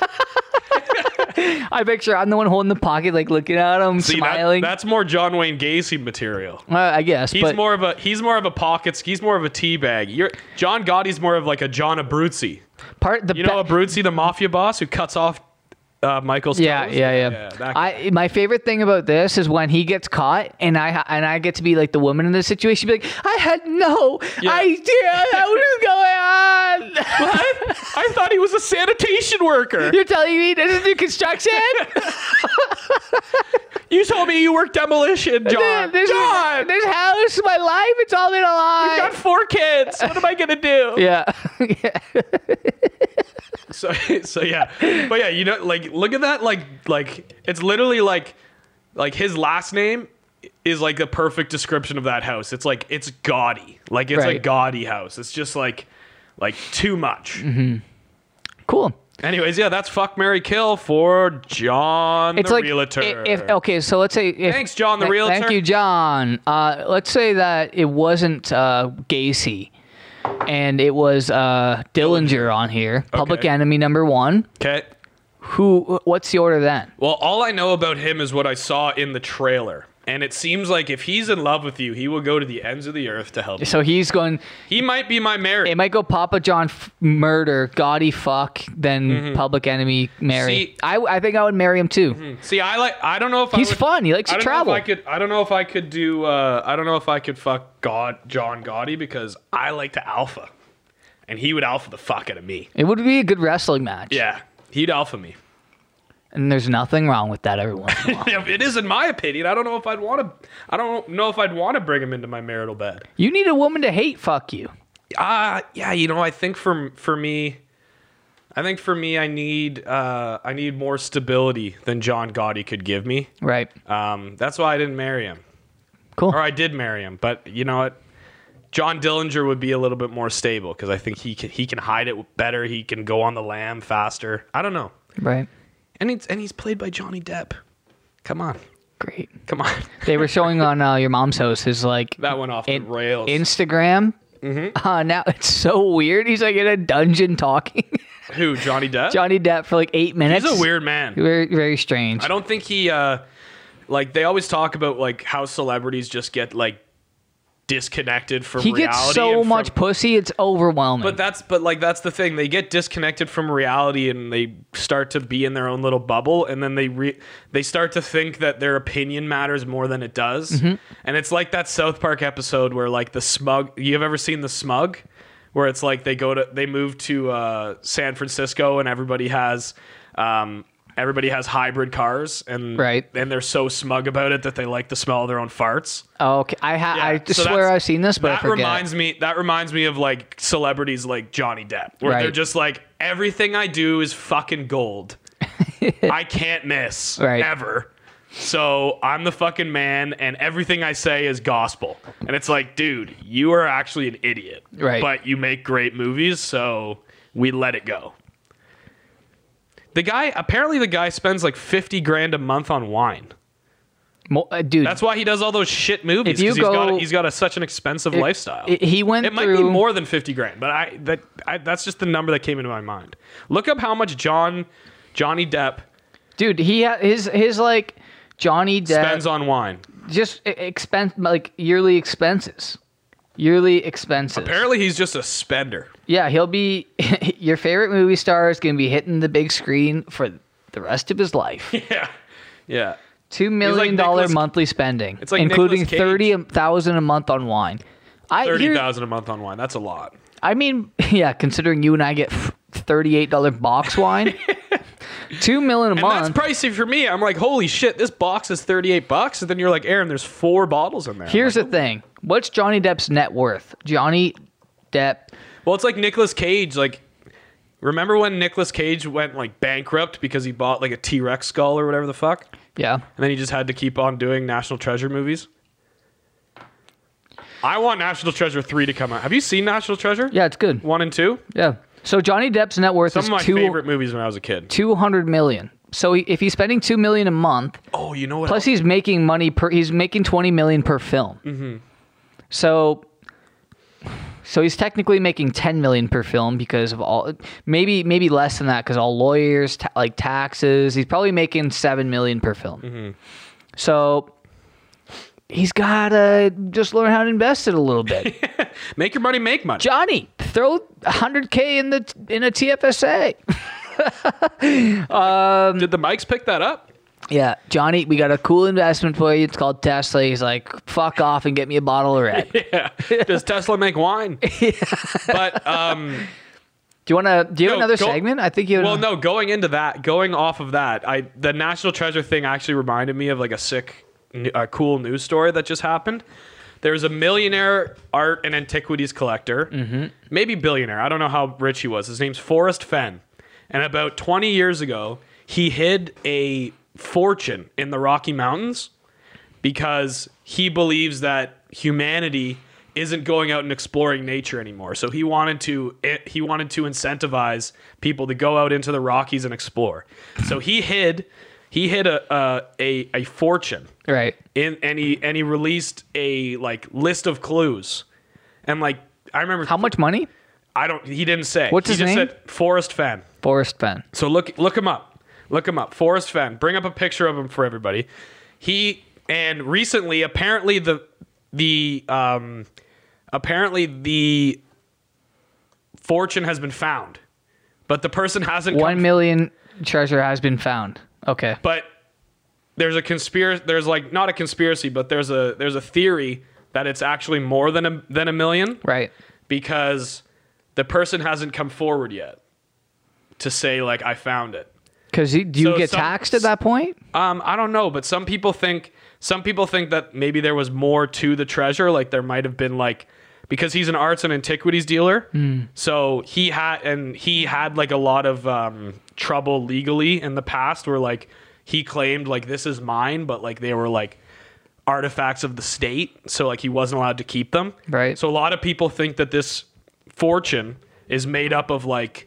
[SPEAKER 2] I picture I'm the one holding the pocket, like looking at him,
[SPEAKER 1] See, that-
[SPEAKER 2] smiling.
[SPEAKER 1] that's more John Wayne Gacy material.
[SPEAKER 2] uh, I guess,
[SPEAKER 1] He's
[SPEAKER 2] but
[SPEAKER 1] more of a he's more of a pockets. He's more of a teabag. You're John Gotti's more of like a John Abruzzi.
[SPEAKER 2] part the
[SPEAKER 1] You know
[SPEAKER 2] be-
[SPEAKER 1] Abruzzi, the mafia boss who cuts off uh, Michael's
[SPEAKER 2] yeah,
[SPEAKER 1] toes?
[SPEAKER 2] yeah, yeah,
[SPEAKER 1] that guy.
[SPEAKER 2] I my favorite thing about this is when he gets caught and I and I get to be like the woman in this situation, be like, I had no idea what was going on.
[SPEAKER 1] I thought he was a sanitation worker.
[SPEAKER 2] You're telling me this is new construction?
[SPEAKER 1] You told me you work demolition, John.
[SPEAKER 2] this,
[SPEAKER 1] John,
[SPEAKER 2] This house, my life, it's all been a lie.
[SPEAKER 1] I've got four kids. What am I gonna do?
[SPEAKER 2] yeah.
[SPEAKER 1] So, so yeah, but yeah, you know, like look at that, like like it's literally like like his last name is like the perfect description of that house. It's like it's gaudy, like it's a
[SPEAKER 2] Right.
[SPEAKER 1] gaudy house. It's just like like too much.
[SPEAKER 2] Mm-hmm. cool.
[SPEAKER 1] Anyways, yeah, that's fuck Mary Kill for John
[SPEAKER 2] It's
[SPEAKER 1] the
[SPEAKER 2] like
[SPEAKER 1] realtor.
[SPEAKER 2] i- If, okay, so let's say if,
[SPEAKER 1] Thanks, John the
[SPEAKER 2] th-
[SPEAKER 1] realtor.
[SPEAKER 2] Thank you, John. Uh, let's say that it wasn't uh, Gacy, and it was uh, Dillinger on here, Public
[SPEAKER 1] Okay.
[SPEAKER 2] Enemy number one.
[SPEAKER 1] okay.
[SPEAKER 2] Who? What's the order then?
[SPEAKER 1] Well, all I know about him is what I saw in the trailer. And it seems like if he's in love with you, he will go to the ends of the earth to help you.
[SPEAKER 2] So he's going.
[SPEAKER 1] He might be my Mary.
[SPEAKER 2] It might go Papa John f- murder, Gotti fuck, then Public Enemy marry.
[SPEAKER 1] Mm-hmm. See-
[SPEAKER 2] I I think I would marry him too.
[SPEAKER 1] See, I like I don't know if
[SPEAKER 2] He's
[SPEAKER 1] I would,
[SPEAKER 2] fun. He likes
[SPEAKER 1] I
[SPEAKER 2] to
[SPEAKER 1] don't
[SPEAKER 2] travel.
[SPEAKER 1] Know if I could I don't know if I could do uh, I don't know if I could fuck God John Gotti because I like to alpha. And he would alpha the fuck out of me.
[SPEAKER 2] It would be a good wrestling match.
[SPEAKER 1] Yeah. He'd alpha me.
[SPEAKER 2] And there's nothing wrong with that every once in a while.
[SPEAKER 1] It is in my opinion. I don't know if I'd want to I don't know if I'd want to bring him into my marital bed.
[SPEAKER 2] you need a woman to hate fuck you.
[SPEAKER 1] Uh yeah, you know, I think for for me I think for me I need uh I need more stability than John Gotti could give me.
[SPEAKER 2] Right.
[SPEAKER 1] Um that's why I didn't marry him.
[SPEAKER 2] Cool.
[SPEAKER 1] Or I did marry him, but you know what? John Dillinger would be a little bit more stable because I think he can he can hide it better. He can go on the lamb faster. I don't know,
[SPEAKER 2] Right.
[SPEAKER 1] and it's and he's played by Johnny Depp. Come on,
[SPEAKER 2] Great.
[SPEAKER 1] come on.
[SPEAKER 2] They were showing on uh, your mom's house his like
[SPEAKER 1] That Mm-hmm. went off
[SPEAKER 2] in-
[SPEAKER 1] the rails.
[SPEAKER 2] Instagram. Uh, now it's so weird. He's like in a dungeon talking
[SPEAKER 1] Who Johnny Depp?
[SPEAKER 2] Johnny Depp for like eight minutes.
[SPEAKER 1] he's a weird man.
[SPEAKER 2] very very strange.
[SPEAKER 1] I don't think he uh like they always talk about like how celebrities just get like disconnected from
[SPEAKER 2] He
[SPEAKER 1] reality.
[SPEAKER 2] gets so
[SPEAKER 1] and from-
[SPEAKER 2] much pussy, it's overwhelming.
[SPEAKER 1] but that's but like that's the thing. They get disconnected from reality and they start to be in their own little bubble and then they re- they start to think that their opinion matters more than it does. And it's like that South Park episode where like the smug you've ever seen the smug where it's like they go to they move to uh, San Francisco and everybody has um, everybody has hybrid cars and
[SPEAKER 2] Right.
[SPEAKER 1] and they're so smug about it that they like the smell of their own farts.
[SPEAKER 2] oh, okay, I ha-
[SPEAKER 1] Yeah,
[SPEAKER 2] I
[SPEAKER 1] so
[SPEAKER 2] swear
[SPEAKER 1] that's-
[SPEAKER 2] I've seen this, but I
[SPEAKER 1] that
[SPEAKER 2] forget.
[SPEAKER 1] reminds me. That reminds me of like celebrities like Johnny Depp, where they're
[SPEAKER 2] Right.
[SPEAKER 1] just like everything I do is fucking gold. I can't miss
[SPEAKER 2] Right.
[SPEAKER 1] ever. So I'm the fucking man, and everything I say is gospel. And it's like, dude, you are actually an idiot.
[SPEAKER 2] Right.
[SPEAKER 1] But you make great movies, so we let it go. The guy apparently the guy spends like fifty grand a month on wine.
[SPEAKER 2] Mo- uh, dude,
[SPEAKER 1] That's why he does all those shit movies.
[SPEAKER 2] If you
[SPEAKER 1] 'cause he's got
[SPEAKER 2] go-
[SPEAKER 1] he's got a, such an expensive lifestyle.
[SPEAKER 2] it- he went
[SPEAKER 1] It might
[SPEAKER 2] through.
[SPEAKER 1] be more than fifty grand, but I that I, that's just the number that came into my mind. Look up how much John Johnny Depp
[SPEAKER 2] dude. He ha- his his like Johnny Depp
[SPEAKER 1] spends on wine.
[SPEAKER 2] just e- expense like yearly expenses, yearly expenses.
[SPEAKER 1] Apparently, he's just a spender.
[SPEAKER 2] Yeah, he'll be your favorite movie star is gonna be hitting the big screen for the rest of his life.
[SPEAKER 1] Yeah, yeah.
[SPEAKER 2] Two million
[SPEAKER 1] like
[SPEAKER 2] dollar
[SPEAKER 1] Nicolas-
[SPEAKER 2] monthly spending,
[SPEAKER 1] It's like
[SPEAKER 2] including
[SPEAKER 1] Nicolas Cage.
[SPEAKER 2] thirty thousand a month on wine. I
[SPEAKER 1] Thirty
[SPEAKER 2] hear,
[SPEAKER 1] thousand a month on wine. That's a lot.
[SPEAKER 2] I mean, yeah, considering you and I get thirty eight dollar box wine, two million a
[SPEAKER 1] And that's
[SPEAKER 2] month.
[SPEAKER 1] pricey for me. I'm like, holy shit, this box is 38 bucks. And then you're like, Aaron, there's four bottles in there. I'm
[SPEAKER 2] Here's
[SPEAKER 1] like,
[SPEAKER 2] the thing: what's Johnny Depp's net worth? Johnny Depp
[SPEAKER 1] well, it's like Nicolas Cage. Like, Remember when Nicolas Cage went like bankrupt because he bought like a T Rex skull or whatever the fuck?
[SPEAKER 2] Yeah.
[SPEAKER 1] And then he just had to keep on doing National Treasure movies? I want National Treasure 3 to come out. Have you seen National Treasure?
[SPEAKER 2] Yeah, it's good.
[SPEAKER 1] 1 and 2?
[SPEAKER 2] Yeah. So Johnny Depp's net worth
[SPEAKER 1] Some
[SPEAKER 2] is
[SPEAKER 1] of my
[SPEAKER 2] two,
[SPEAKER 1] favorite movies when I was a kid.
[SPEAKER 2] 200 million. So he, if he's spending 2 million a month,
[SPEAKER 1] Oh, you know what?
[SPEAKER 2] plus
[SPEAKER 1] else?
[SPEAKER 2] he's making money per he's making 20 million per film. Mm-hmm. So so he's technically making 10 million per film because of all maybe maybe less than that cuz all lawyers ta- like taxes, he's probably making 7 million per film. So he's got to just learn how to invest it a little bit.
[SPEAKER 1] Make your money, make money.
[SPEAKER 2] Johnny, throw 100k in the in a TFSA.
[SPEAKER 1] Did the mics pick that up?
[SPEAKER 2] Yeah, Johnny, we got a cool investment for you. It's called Tesla. He's like, fuck off and get me a bottle of red. Do
[SPEAKER 1] Yeah. Does Tesla make wine? But um,
[SPEAKER 2] you want to? Do you have
[SPEAKER 1] No,
[SPEAKER 2] another
[SPEAKER 1] go-
[SPEAKER 2] segment? I think you. Have
[SPEAKER 1] well, no. Going into that, going off of that, I the National Treasure thing actually reminded me of like a sick, n- a cool news story that just happened. There's a millionaire art and antiquities collector, maybe billionaire. I don't know how rich he was. His name's Forrest Fenn, and about 20 years ago, he hid a fortune in the Rocky Mountains because he believes that humanity isn't going out and exploring nature anymore. So he wanted to he wanted to incentivize people to go out into the Rockies and explore. So he hid he hid a a, a, a fortune
[SPEAKER 2] Right.
[SPEAKER 1] in and he and he released a like list of clues. And like I remember
[SPEAKER 2] How much money?
[SPEAKER 1] I don't he didn't say.
[SPEAKER 2] What's
[SPEAKER 1] he
[SPEAKER 2] his
[SPEAKER 1] just
[SPEAKER 2] name?
[SPEAKER 1] said Forrest Fenn.
[SPEAKER 2] Forrest Fenn.
[SPEAKER 1] So look look him up. Look him up. Forrest Fenn. Bring up a picture of him for everybody. He and recently apparently the the um apparently the fortune has been found. But the person hasn't
[SPEAKER 2] One
[SPEAKER 1] come,
[SPEAKER 2] million treasure has been found. Okay.
[SPEAKER 1] but there's a conspiracy there's like not a conspiracy but there's a there's a theory that it's actually more than a than a million
[SPEAKER 2] Right.
[SPEAKER 1] because the person hasn't come forward yet to say like I found it.
[SPEAKER 2] Because do you
[SPEAKER 1] So
[SPEAKER 2] get
[SPEAKER 1] some-
[SPEAKER 2] taxed at that point?
[SPEAKER 1] Um, I don't know, but some people think some people think that maybe there was more to the treasure. Like there might have been like because he's an arts and antiquities dealer, so he had and he had like a lot of um, trouble legally in the past, where like he claimed like this is mine, but like they were like artifacts of the state, so like he wasn't allowed to keep them.
[SPEAKER 2] Right.
[SPEAKER 1] So a lot of people think that this fortune is made up of like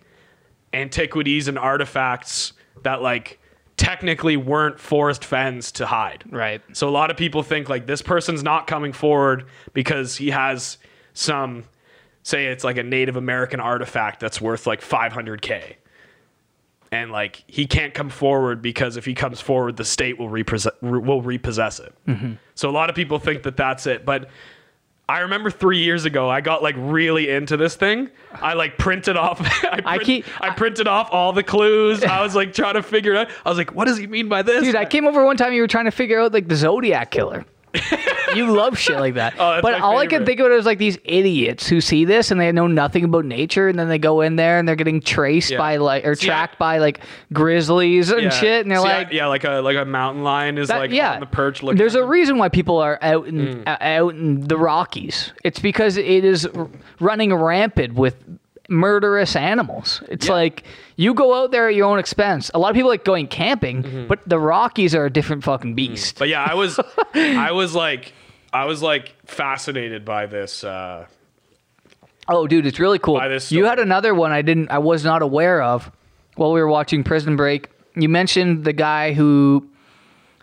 [SPEAKER 1] antiquities and artifacts that like technically weren't Forest Fens to hide.
[SPEAKER 2] Right.
[SPEAKER 1] So a lot of people think like this person's not coming forward because he has some say it's like a Native American artifact that's worth like 500k. And like he can't come forward because if he comes forward, the state will repossess, will repossess it.
[SPEAKER 2] Mm-hmm.
[SPEAKER 1] So a lot of people think that that's it, but I remember three years ago, I got like really into this thing. I like printed off. I, print-
[SPEAKER 2] keep-
[SPEAKER 1] I printed off all the clues. I was like trying to figure it out. I was like, what does he mean by this?
[SPEAKER 2] Dude, I came over one time. You were trying to figure out like the Zodiac killer. you love shit like that.
[SPEAKER 1] Oh, that's
[SPEAKER 2] but
[SPEAKER 1] my
[SPEAKER 2] all I can
[SPEAKER 1] favorite.
[SPEAKER 2] think about is like these idiots who see this and they know nothing about nature, and then they go in there and they're getting traced
[SPEAKER 1] Yeah.
[SPEAKER 2] by like or
[SPEAKER 1] See, I-
[SPEAKER 2] tracked by like grizzlies and shit, and they're
[SPEAKER 1] See, I-
[SPEAKER 2] like,
[SPEAKER 1] yeah, like a like a mountain lion is
[SPEAKER 2] that-
[SPEAKER 1] like
[SPEAKER 2] yeah,
[SPEAKER 1] on the perch. Looking
[SPEAKER 2] There's
[SPEAKER 1] at Mm.
[SPEAKER 2] a reason why people are out in uh, out in the Rockies. It's because it is r- running rampant with murderous animals. It's like you go out there at your own expense. A lot of people like going camping,
[SPEAKER 1] Mm-hmm.
[SPEAKER 2] but the Rockies are a different
[SPEAKER 1] Mm.
[SPEAKER 2] fucking beast.
[SPEAKER 1] But yeah, I was I was like I was like fascinated by this. Uh,
[SPEAKER 2] Oh, dude, it's really cool.
[SPEAKER 1] By this
[SPEAKER 2] You
[SPEAKER 1] story.
[SPEAKER 2] had another one I didn't, I was not aware of while we were watching Prison Break. You mentioned the guy who,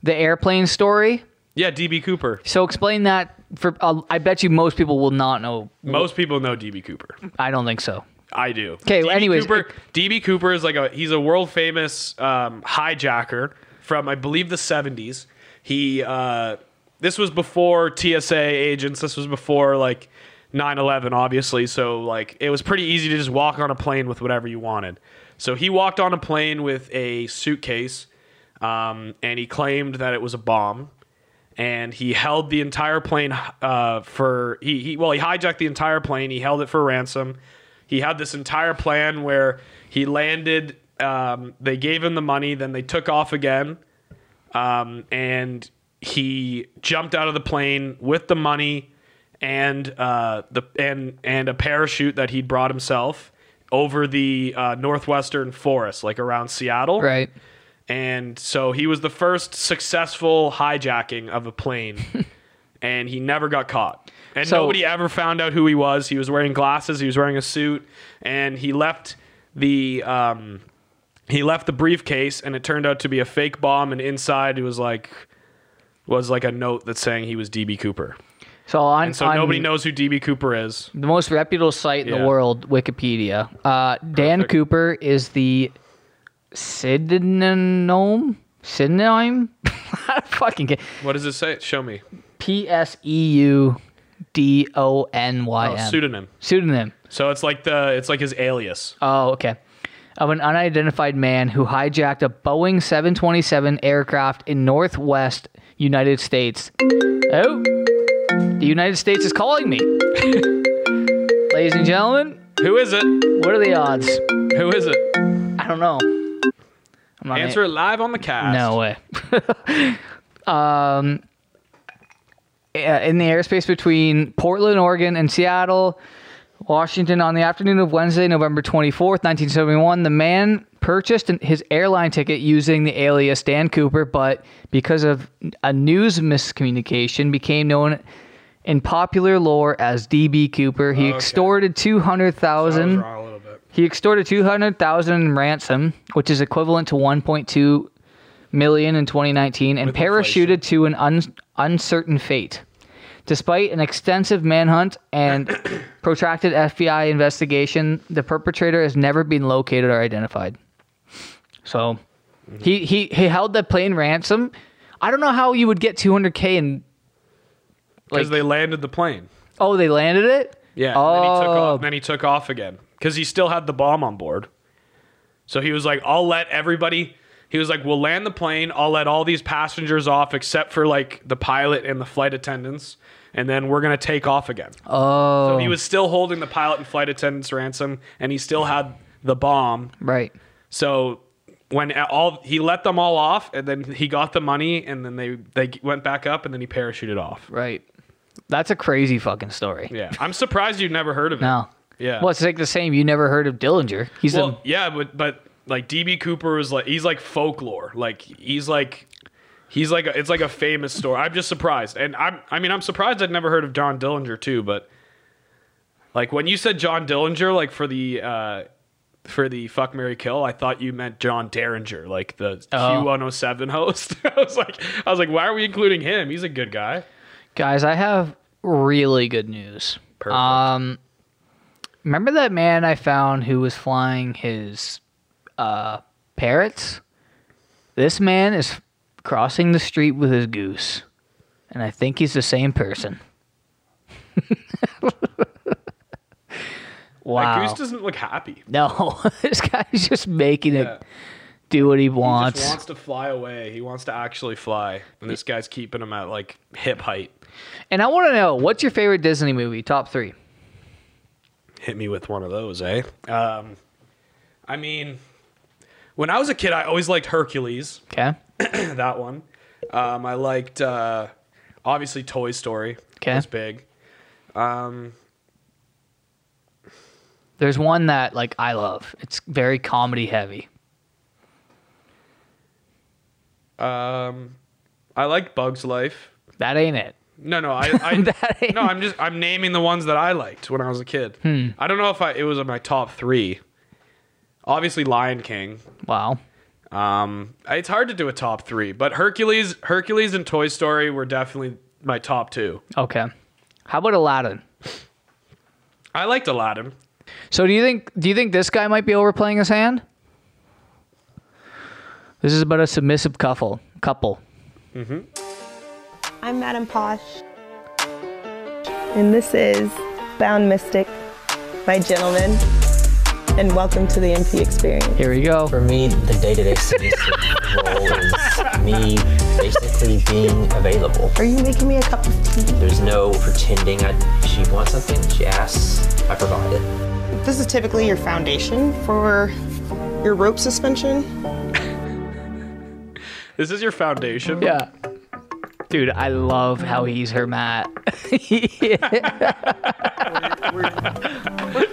[SPEAKER 2] the airplane story.
[SPEAKER 1] yeah, DB Cooper.
[SPEAKER 2] So explain that for. Uh, I bet you most people will not know.
[SPEAKER 1] Most people know DB Cooper.
[SPEAKER 2] I don't think so.
[SPEAKER 1] I do.
[SPEAKER 2] 'Kay,
[SPEAKER 1] DB
[SPEAKER 2] anyways,
[SPEAKER 1] Cooper,
[SPEAKER 2] it-
[SPEAKER 1] DB Cooper is like a he's a world famous um, hijacker from I believe the seventies. He uh, this was before TSA agents. This was before like 9-11, obviously. So like it was pretty easy to just walk on a plane with whatever you wanted. So he walked on a plane with a suitcase, um, and he claimed that it was a bomb and he held the entire plane uh, for he, he well he hijacked the entire plane he held it for ransom he had this entire plan where he landed um, they gave him the money then they took off again um, and he jumped out of the plane with the money and uh, the and and a parachute that he'd brought himself over the uh, northwestern forest, like around Seattle.
[SPEAKER 2] Right.
[SPEAKER 1] And so he was the first successful hijacking of a plane, and he never got caught. And
[SPEAKER 2] So-
[SPEAKER 1] nobody ever found out who he was. He was wearing glasses. He was wearing a suit, and he left the um, he left the briefcase, and it turned out to be a fake bomb. And inside, it was like was like a note that's saying he was DB Cooper.
[SPEAKER 2] So on,
[SPEAKER 1] And so
[SPEAKER 2] on
[SPEAKER 1] nobody knows who DB Cooper is.
[SPEAKER 2] the most reputable site in
[SPEAKER 1] Yeah.
[SPEAKER 2] the world, Wikipedia. Uh, Dan
[SPEAKER 1] Perfect.
[SPEAKER 2] Cooper is the pseudonym. Pseudonym. I fucking get
[SPEAKER 1] What does it say? Show me.
[SPEAKER 2] P S E U D O N Y
[SPEAKER 1] Oh,
[SPEAKER 2] M.
[SPEAKER 1] pseudonym.
[SPEAKER 2] Pseudonym.
[SPEAKER 1] So it's like the it's like his alias.
[SPEAKER 2] Oh, okay. Of an unidentified man who hijacked a Boeing 727 aircraft in Northwest United States. Oh, the United States is calling me. Ladies and gentlemen,
[SPEAKER 1] Who is it?
[SPEAKER 2] what are the odds?
[SPEAKER 1] Who is it?
[SPEAKER 2] I don't know. I'm not
[SPEAKER 1] Answer it live on the cast.
[SPEAKER 2] No way. um, yeah, in the airspace between Portland, Oregon, and Seattle, Washington, on the afternoon of Wednesday, November 24th, 1971, the man purchased an- his airline ticket using the alias Dan Cooper, but because of a news miscommunication, became known in popular lore as DB Cooper. He
[SPEAKER 1] Okay.
[SPEAKER 2] extorted 200,000
[SPEAKER 1] a little bit.
[SPEAKER 2] he extorted 200,000 in ransom, which is equivalent to 1.2 million in 2019, and
[SPEAKER 1] With
[SPEAKER 2] parachuted
[SPEAKER 1] inflation.
[SPEAKER 2] to an un- uncertain fate. Despite an extensive manhunt and protracted FBI investigation, the perpetrator has never been located or identified. So,
[SPEAKER 1] Mm-hmm.
[SPEAKER 2] he he he held the plane ransom. I don't know how you would get 200k and
[SPEAKER 1] Because
[SPEAKER 2] Like-
[SPEAKER 1] they landed the plane.
[SPEAKER 2] oh they landed it.
[SPEAKER 1] Yeah. And then he took
[SPEAKER 2] Oh,
[SPEAKER 1] off, then he took off again because he still had the bomb on board. So he was like, "I'll let everybody." He was like, "We'll land the plane. I'll let all these passengers off except for like the pilot and the flight attendants, and then we're gonna take off again."
[SPEAKER 2] oh,
[SPEAKER 1] So he was still holding the pilot and flight attendants ransom, and he still had the bomb.
[SPEAKER 2] right.
[SPEAKER 1] So when all he let them all off, and then he got the money, and then they they went back up, and then he parachuted off.
[SPEAKER 2] Right. That's a crazy fucking story.
[SPEAKER 1] Yeah, I'm surprised you've never heard of it.
[SPEAKER 2] No.
[SPEAKER 1] Yeah.
[SPEAKER 2] Well, it's like the same. You never heard of Dillinger. He's
[SPEAKER 1] Well,
[SPEAKER 2] a
[SPEAKER 1] yeah, but but like DB Cooper was like he's like folklore. Like he's like he's like a, it's like a famous story. I'm just surprised, and I'm I mean I'm surprised I'd never heard of John Dillinger too. But like when you said John Dillinger, like for the uh, for the fuck Mary kill, I thought you meant John Derringer, like the
[SPEAKER 2] Oh.
[SPEAKER 1] Q107 host. I was like I was like, why are we including him? He's a good guy.
[SPEAKER 2] guys. I have really good news.
[SPEAKER 1] Perfect.
[SPEAKER 2] Um, remember that man I found who was flying his uh, parrots? This man is crossing the street with his goose, and I think he's the same person. wow.
[SPEAKER 1] Like, Goose doesn't look happy.
[SPEAKER 2] no, this guy's just making
[SPEAKER 1] Yeah.
[SPEAKER 2] it do what he
[SPEAKER 1] He
[SPEAKER 2] wants.
[SPEAKER 1] just wants to fly away. He wants to actually fly, and this guy's keeping him at like hip height.
[SPEAKER 2] And I want to know what's your favorite Disney movie? Top three.
[SPEAKER 1] hit me with one of those, eh? Um, I mean, when I was a kid, I always liked Hercules,
[SPEAKER 2] Okay.
[SPEAKER 1] that one. Um, I liked, uh, obviously, Toy Story.
[SPEAKER 2] Okay.
[SPEAKER 1] was big. Um,
[SPEAKER 2] There's one that like I love. It's very comedy heavy.
[SPEAKER 1] um, I liked Bug's Life.
[SPEAKER 2] That ain't it.
[SPEAKER 1] No, no, I, I
[SPEAKER 2] That ain't- Hmm.
[SPEAKER 1] no, I'm just I'm naming the ones that I liked when I was a kid. I don't know if I it was in my top three. Obviously, Lion King.
[SPEAKER 2] Wow.
[SPEAKER 1] Um, it's hard to do a top three, but Hercules, Hercules, and Toy Story were definitely my top two.
[SPEAKER 2] Okay. How about Aladdin?
[SPEAKER 1] I liked Aladdin.
[SPEAKER 2] So do you think do you think this guy might be overplaying his hand? This is about a submissive couple. Couple.
[SPEAKER 3] I'm Madame Posh. And this is Bound Mystic by Gentlemen. And welcome to the MP experience.
[SPEAKER 2] Here we go.
[SPEAKER 4] For me, the day-to-day submissive role is me basically being available.
[SPEAKER 3] Are you making me a cup of tea?
[SPEAKER 4] There's no pretending. I, she wants something, she asks, I provide it.
[SPEAKER 3] This is typically your foundation for your rope suspension.
[SPEAKER 1] This is your foundation.
[SPEAKER 2] Yeah. Dude, I love how he's her Matt.
[SPEAKER 3] We're pretty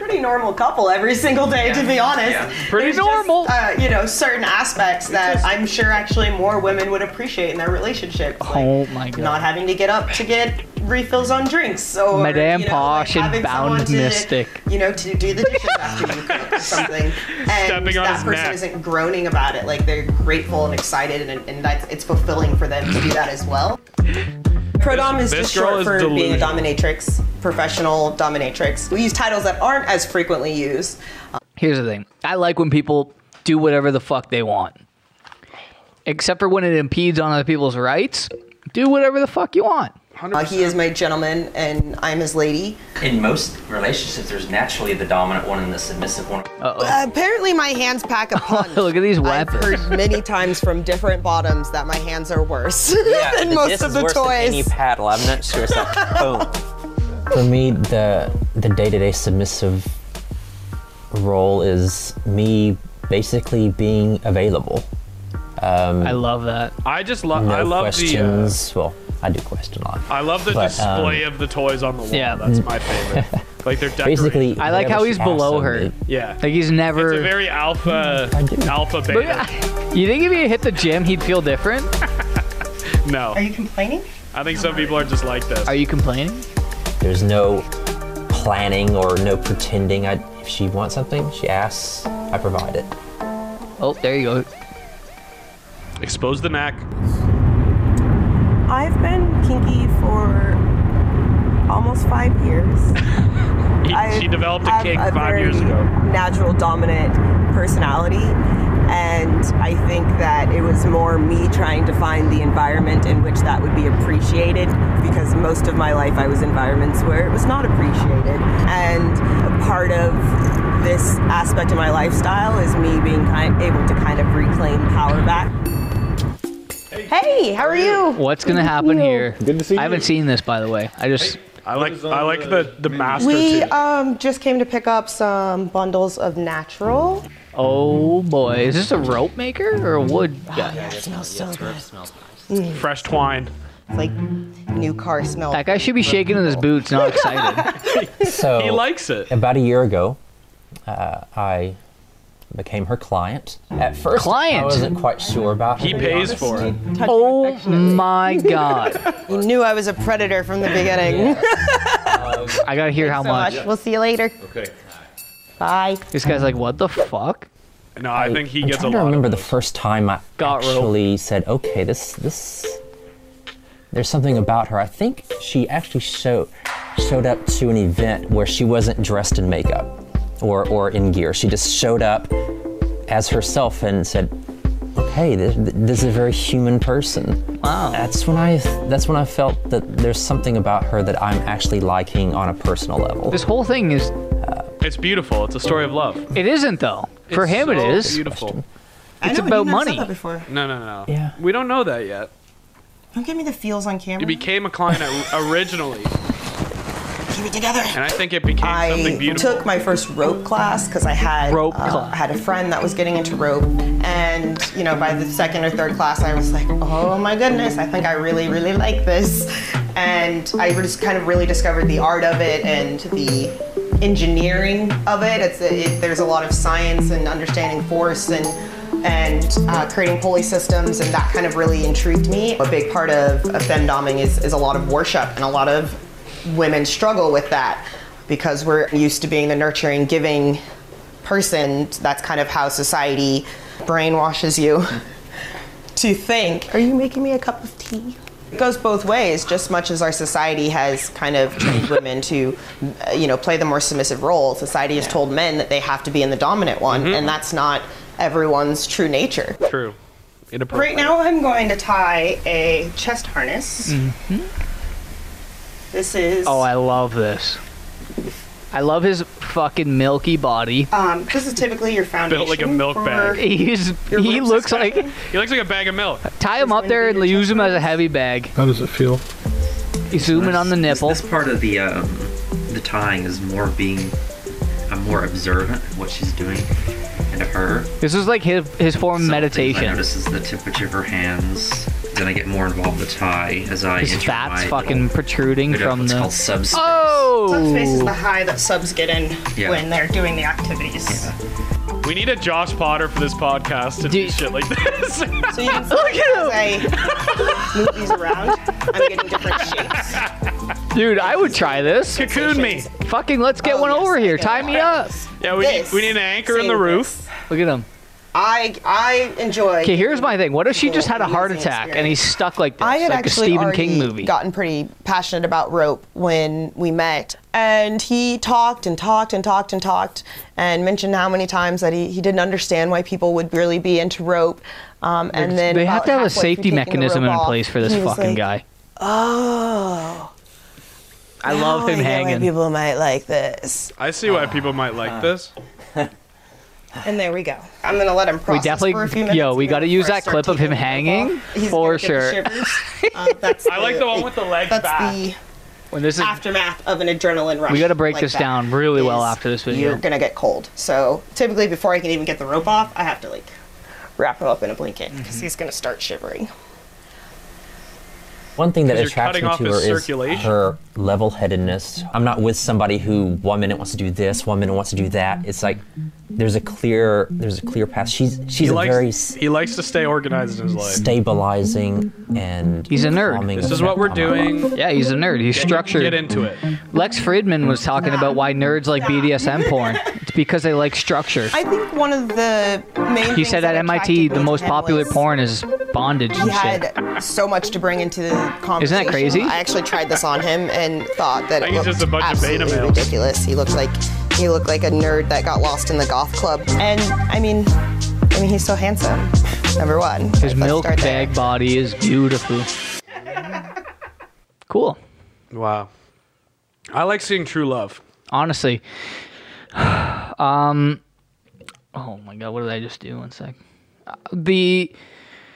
[SPEAKER 3] pretty normal couple every single day, to be honest.
[SPEAKER 1] Pretty
[SPEAKER 3] There's just,
[SPEAKER 2] normal.
[SPEAKER 3] uh, you know, certain aspects that I'm sure actually more women would appreciate in their relationship. Like
[SPEAKER 2] Oh my God.
[SPEAKER 3] Not having to get up to get refills on drinks, or
[SPEAKER 2] Madame
[SPEAKER 3] you know, like
[SPEAKER 2] Posh and
[SPEAKER 3] having someone
[SPEAKER 2] Bound
[SPEAKER 3] to,
[SPEAKER 2] Mystic.
[SPEAKER 3] You know, to do the dishes after you cook or something, and
[SPEAKER 1] Stepping on
[SPEAKER 3] that
[SPEAKER 1] his
[SPEAKER 3] person
[SPEAKER 1] neck.
[SPEAKER 3] isn't groaning about it. Like they're grateful and excited, and, and that's, it's fulfilling for them to do that as well. Pro dom is
[SPEAKER 1] This
[SPEAKER 3] just
[SPEAKER 1] girl
[SPEAKER 3] short
[SPEAKER 1] is
[SPEAKER 3] for being a
[SPEAKER 1] delusional.
[SPEAKER 3] dominatrix, professional dominatrix. We use titles that aren't as frequently used.
[SPEAKER 2] Here's the thing. I like when people do whatever the fuck they want. Except for when it impedes on other people's rights, do whatever the fuck you want.
[SPEAKER 3] Uh, he is my gentleman, and I'm his lady.
[SPEAKER 5] In most relationships, there's naturally the dominant one and the submissive one.
[SPEAKER 4] Oh,
[SPEAKER 3] Apparently, my hands pack a punch.
[SPEAKER 2] Look at these
[SPEAKER 3] I've
[SPEAKER 2] weapons.
[SPEAKER 3] heard many times from different bottoms that my hands are worse than most
[SPEAKER 6] this
[SPEAKER 3] of
[SPEAKER 6] is
[SPEAKER 3] the
[SPEAKER 6] worse than
[SPEAKER 3] toys.
[SPEAKER 6] any paddle. I'm not sure it's like boom.
[SPEAKER 4] For me, the the day-to-day submissive role is me basically being available.
[SPEAKER 2] I love that.
[SPEAKER 1] I just love.
[SPEAKER 4] No
[SPEAKER 1] I love the. Uh,
[SPEAKER 4] questions. well, I do question a lot.
[SPEAKER 1] I love the
[SPEAKER 4] But, um,
[SPEAKER 1] display of the toys on the wall.
[SPEAKER 2] Yeah.
[SPEAKER 1] that's my favorite. like they're decorated.
[SPEAKER 4] Basically,
[SPEAKER 2] I like
[SPEAKER 4] whatever
[SPEAKER 2] how
[SPEAKER 4] she
[SPEAKER 2] he's
[SPEAKER 4] asks
[SPEAKER 2] below
[SPEAKER 4] of
[SPEAKER 2] her.
[SPEAKER 4] me-
[SPEAKER 1] yeah.
[SPEAKER 2] Like he's
[SPEAKER 1] it's a
[SPEAKER 2] never.
[SPEAKER 1] very alpha,
[SPEAKER 4] do.
[SPEAKER 1] alpha beta.
[SPEAKER 2] You think if he hit the gym, he'd feel different?
[SPEAKER 1] No,
[SPEAKER 3] you complaining?
[SPEAKER 1] I think some people are just like this.
[SPEAKER 2] Are you complaining?
[SPEAKER 4] There's no planning or no pretending. I, if she wants something, she asks. I provide it.
[SPEAKER 2] Oh, there you go.
[SPEAKER 1] Expose the neck.
[SPEAKER 7] I've been kinky for almost five years.
[SPEAKER 1] He-
[SPEAKER 7] I
[SPEAKER 1] she developed a
[SPEAKER 7] have
[SPEAKER 1] kink
[SPEAKER 7] a
[SPEAKER 1] five
[SPEAKER 7] very
[SPEAKER 1] years ago.
[SPEAKER 7] Natural dominant personality. And I think that it was more me trying to find the environment in which that would be appreciated because most of my life I was in environments where it was not appreciated. And a part of this aspect of my lifestyle is me being kind able to kind of reclaim power back.
[SPEAKER 3] Hey, how are you?
[SPEAKER 2] What's gonna happen here?
[SPEAKER 8] Good to see
[SPEAKER 2] I haven't
[SPEAKER 8] you.
[SPEAKER 2] seen this, by the way. I just
[SPEAKER 1] I like
[SPEAKER 8] is on
[SPEAKER 1] I like
[SPEAKER 8] the
[SPEAKER 1] the the master.
[SPEAKER 3] We
[SPEAKER 1] too.
[SPEAKER 3] um, just came to pick up some bundles of natural.
[SPEAKER 2] oh boy, is this a rope maker or a wood? guy?
[SPEAKER 3] That smells so good.
[SPEAKER 1] fresh twine.
[SPEAKER 3] It's like new car smell.
[SPEAKER 2] That guy should be shaking in his boots, not excited.
[SPEAKER 4] So
[SPEAKER 1] He likes it.
[SPEAKER 4] about a year ago, uh, I became her client. At first,
[SPEAKER 2] Client?
[SPEAKER 4] I wasn't quite sure about her.
[SPEAKER 1] He
[SPEAKER 4] to be
[SPEAKER 1] pays
[SPEAKER 4] honest.
[SPEAKER 1] for it.
[SPEAKER 2] oh my god!
[SPEAKER 3] You knew I was a predator from the beginning.
[SPEAKER 2] I gotta hear how
[SPEAKER 3] so much.
[SPEAKER 2] much.
[SPEAKER 3] We'll see you later.
[SPEAKER 8] Okay.
[SPEAKER 3] Bye.
[SPEAKER 2] This guy's like, what the fuck?
[SPEAKER 1] No, I think he
[SPEAKER 4] I'm
[SPEAKER 1] gets a
[SPEAKER 4] trying to
[SPEAKER 1] lot.
[SPEAKER 4] remember
[SPEAKER 1] of
[SPEAKER 4] the
[SPEAKER 1] those.
[SPEAKER 4] first time I
[SPEAKER 2] Got rope.
[SPEAKER 4] actually said, "Okay, this this." There's something about her. I think she actually showed showed up to an event where she wasn't dressed in makeup or or in gear. She just showed up as herself and said, "Okay, this, this is a very human person." Wow. That's when I that's when I felt that there's something about her that I'm actually liking on a personal level.
[SPEAKER 2] This whole thing is.
[SPEAKER 1] It's beautiful. It's a story of love.
[SPEAKER 2] It isn't though. For
[SPEAKER 1] It's
[SPEAKER 2] him, it
[SPEAKER 1] so
[SPEAKER 2] is.
[SPEAKER 1] beautiful.
[SPEAKER 2] It's about money.
[SPEAKER 3] before.
[SPEAKER 1] No, no, no.
[SPEAKER 4] Yeah.
[SPEAKER 1] We don't know that yet.
[SPEAKER 3] Don't give me the feels on camera.
[SPEAKER 1] It became a client o- originally,
[SPEAKER 3] Keep it together.
[SPEAKER 1] and I think it became something
[SPEAKER 3] I
[SPEAKER 1] beautiful.
[SPEAKER 3] took my first rope class because I had
[SPEAKER 2] Rope
[SPEAKER 3] uh,
[SPEAKER 2] class.
[SPEAKER 3] I had a friend that was getting into rope, and you know by the second or third class I was like, oh my goodness, I think I really really like this, and I just kind of really discovered the art of it and the engineering of it. It's it, there's a lot of science and understanding force and and uh, creating pulley systems and that kind of really intrigued me. A big part of, of femdoming is, is a lot of worship and a lot of women struggle with that because we're used to being the nurturing, giving person. That's kind of how society brainwashes you to think. Are you making me a cup of tea? It goes both ways, just much as our society has kind of trained women to, uh, you know, play the more submissive role. Society has told men that they have to be in the dominant one, and that's not everyone's true nature.
[SPEAKER 1] True.
[SPEAKER 3] Right
[SPEAKER 1] Inappropriate.
[SPEAKER 3] now, I'm going to tie a chest harness.
[SPEAKER 1] Mm-hmm.
[SPEAKER 3] This is.
[SPEAKER 2] Oh, I love this. I love his fucking milky body.
[SPEAKER 3] Um, this is typically your foundation.
[SPEAKER 1] Built like a milk
[SPEAKER 3] for-
[SPEAKER 1] bag.
[SPEAKER 2] He's he
[SPEAKER 3] rope
[SPEAKER 2] looks like
[SPEAKER 3] suspension?
[SPEAKER 1] He looks like a bag of milk.
[SPEAKER 2] tie him up there and use him as a heavy bag.
[SPEAKER 8] How does it feel?
[SPEAKER 2] Zoom in on the nipple.
[SPEAKER 5] This part of the um, the tying is more being, I'm more observant of what she's doing and of her.
[SPEAKER 2] This is like his his form of
[SPEAKER 5] Some things I
[SPEAKER 2] meditation.
[SPEAKER 5] notice is the temperature of her hands, Then I get more involved with Thai as I
[SPEAKER 2] His
[SPEAKER 5] enter
[SPEAKER 2] fat's
[SPEAKER 5] my
[SPEAKER 2] fucking
[SPEAKER 5] little-
[SPEAKER 2] protruding
[SPEAKER 5] They're
[SPEAKER 2] from
[SPEAKER 5] what's
[SPEAKER 2] the.
[SPEAKER 5] called subspace.
[SPEAKER 8] Oh,
[SPEAKER 3] Subspace is the
[SPEAKER 2] Oh,
[SPEAKER 3] high that subs get in
[SPEAKER 5] Yeah.
[SPEAKER 3] when they're doing the activities.
[SPEAKER 1] We need a Josh Potter for this podcast to do
[SPEAKER 2] Dude.
[SPEAKER 1] shit like this.
[SPEAKER 3] So you can see as I move these around, I'm getting different shapes.
[SPEAKER 2] dude, I would try this.
[SPEAKER 1] Cocoon me.
[SPEAKER 2] Fucking, let's get
[SPEAKER 3] Oh,
[SPEAKER 2] one
[SPEAKER 3] yes,
[SPEAKER 2] over
[SPEAKER 3] I
[SPEAKER 2] here.
[SPEAKER 3] get
[SPEAKER 2] Tie
[SPEAKER 3] it.
[SPEAKER 2] me up.
[SPEAKER 1] Yeah, we need,
[SPEAKER 3] This.
[SPEAKER 1] we need an anchor in the
[SPEAKER 3] Same
[SPEAKER 1] roof.
[SPEAKER 2] Look at him.
[SPEAKER 3] I I enjoy.
[SPEAKER 2] Okay, here's my thing. What if she just had a heart
[SPEAKER 3] Amazing
[SPEAKER 2] attack and
[SPEAKER 3] experience.
[SPEAKER 2] he's stuck like this,
[SPEAKER 3] I had
[SPEAKER 2] like a
[SPEAKER 3] actually
[SPEAKER 2] Stephen
[SPEAKER 3] already
[SPEAKER 2] King movie?
[SPEAKER 3] gotten pretty passionate about rope when we met, and he talked and talked and talked and talked, and mentioned how many times that he, he didn't understand why people would really be into rope. Um, and then
[SPEAKER 2] they have
[SPEAKER 3] about
[SPEAKER 2] to have a
[SPEAKER 3] halfway through
[SPEAKER 2] safety
[SPEAKER 3] taking the
[SPEAKER 2] mechanism
[SPEAKER 3] rope
[SPEAKER 2] in
[SPEAKER 3] off,
[SPEAKER 2] place for this
[SPEAKER 3] he was
[SPEAKER 2] fucking
[SPEAKER 3] like,
[SPEAKER 2] guy.
[SPEAKER 3] Oh,
[SPEAKER 2] I love him
[SPEAKER 3] now I get why
[SPEAKER 2] hanging.
[SPEAKER 3] People might like this,
[SPEAKER 1] I see why people might like this.
[SPEAKER 3] and there we go. I'm gonna let him
[SPEAKER 2] We
[SPEAKER 3] process for a few
[SPEAKER 2] definitely,
[SPEAKER 3] minutes.
[SPEAKER 2] yo, we got to use that clip of him hanging for sure.
[SPEAKER 1] I like the one with the legs
[SPEAKER 3] Um, That's
[SPEAKER 1] back.
[SPEAKER 3] the
[SPEAKER 2] When this is,
[SPEAKER 3] aftermath of an adrenaline rush.
[SPEAKER 2] we got to break
[SPEAKER 3] like
[SPEAKER 2] this
[SPEAKER 3] that
[SPEAKER 2] down really well
[SPEAKER 3] is
[SPEAKER 2] after this
[SPEAKER 3] You're
[SPEAKER 2] video.
[SPEAKER 3] gonna get cold. So typically, before I can even get the rope off, I have to like wrap him up in a
[SPEAKER 2] Mm-hmm.
[SPEAKER 3] blanket because he's gonna start shivering.
[SPEAKER 4] One thing that
[SPEAKER 1] you're
[SPEAKER 4] attracts
[SPEAKER 1] cutting
[SPEAKER 4] me
[SPEAKER 1] off
[SPEAKER 4] to her
[SPEAKER 1] his
[SPEAKER 4] is
[SPEAKER 1] circulation.
[SPEAKER 4] her level-headedness. I'm not with somebody who one minute wants to do this, one minute wants to do that. It's like there's a clear there's a clear path. She's she's
[SPEAKER 1] He
[SPEAKER 4] a very
[SPEAKER 1] likes,
[SPEAKER 4] s-
[SPEAKER 1] he likes to stay organized in his life.
[SPEAKER 4] stabilizing and
[SPEAKER 2] He's a nerd.
[SPEAKER 4] calming
[SPEAKER 1] This is what
[SPEAKER 4] effect
[SPEAKER 1] we're
[SPEAKER 4] on her.
[SPEAKER 1] doing.
[SPEAKER 2] Yeah, he's a nerd. He's structured.
[SPEAKER 1] Get into it.
[SPEAKER 2] Lex Friedman was talking about why nerds like BDSM porn. It's because they like structure.
[SPEAKER 3] I think one of the main.
[SPEAKER 2] He
[SPEAKER 3] things
[SPEAKER 2] said
[SPEAKER 3] that
[SPEAKER 2] at MIT
[SPEAKER 3] attracted me
[SPEAKER 2] the
[SPEAKER 3] to
[SPEAKER 2] most
[SPEAKER 3] him
[SPEAKER 2] popular
[SPEAKER 3] was
[SPEAKER 2] porn is bondage
[SPEAKER 3] He
[SPEAKER 2] and Oh, shit.
[SPEAKER 3] had so much to bring into the conversation.
[SPEAKER 2] crazy?
[SPEAKER 3] I actually tried this on him and thought that
[SPEAKER 1] I
[SPEAKER 3] it
[SPEAKER 1] think
[SPEAKER 3] was
[SPEAKER 1] he's just a bunch of beta
[SPEAKER 3] absolutely
[SPEAKER 1] males.
[SPEAKER 3] ridiculous. He looked like he looked like a nerd that got lost in the goth club. And I mean, I mean, he's so handsome. Number one.
[SPEAKER 2] His
[SPEAKER 3] Let's
[SPEAKER 2] milk
[SPEAKER 3] start there.
[SPEAKER 2] bag body is beautiful. Cool.
[SPEAKER 1] Wow. I like seeing true love.
[SPEAKER 2] honestly. um, oh my god, what did I just do? One sec. Uh, The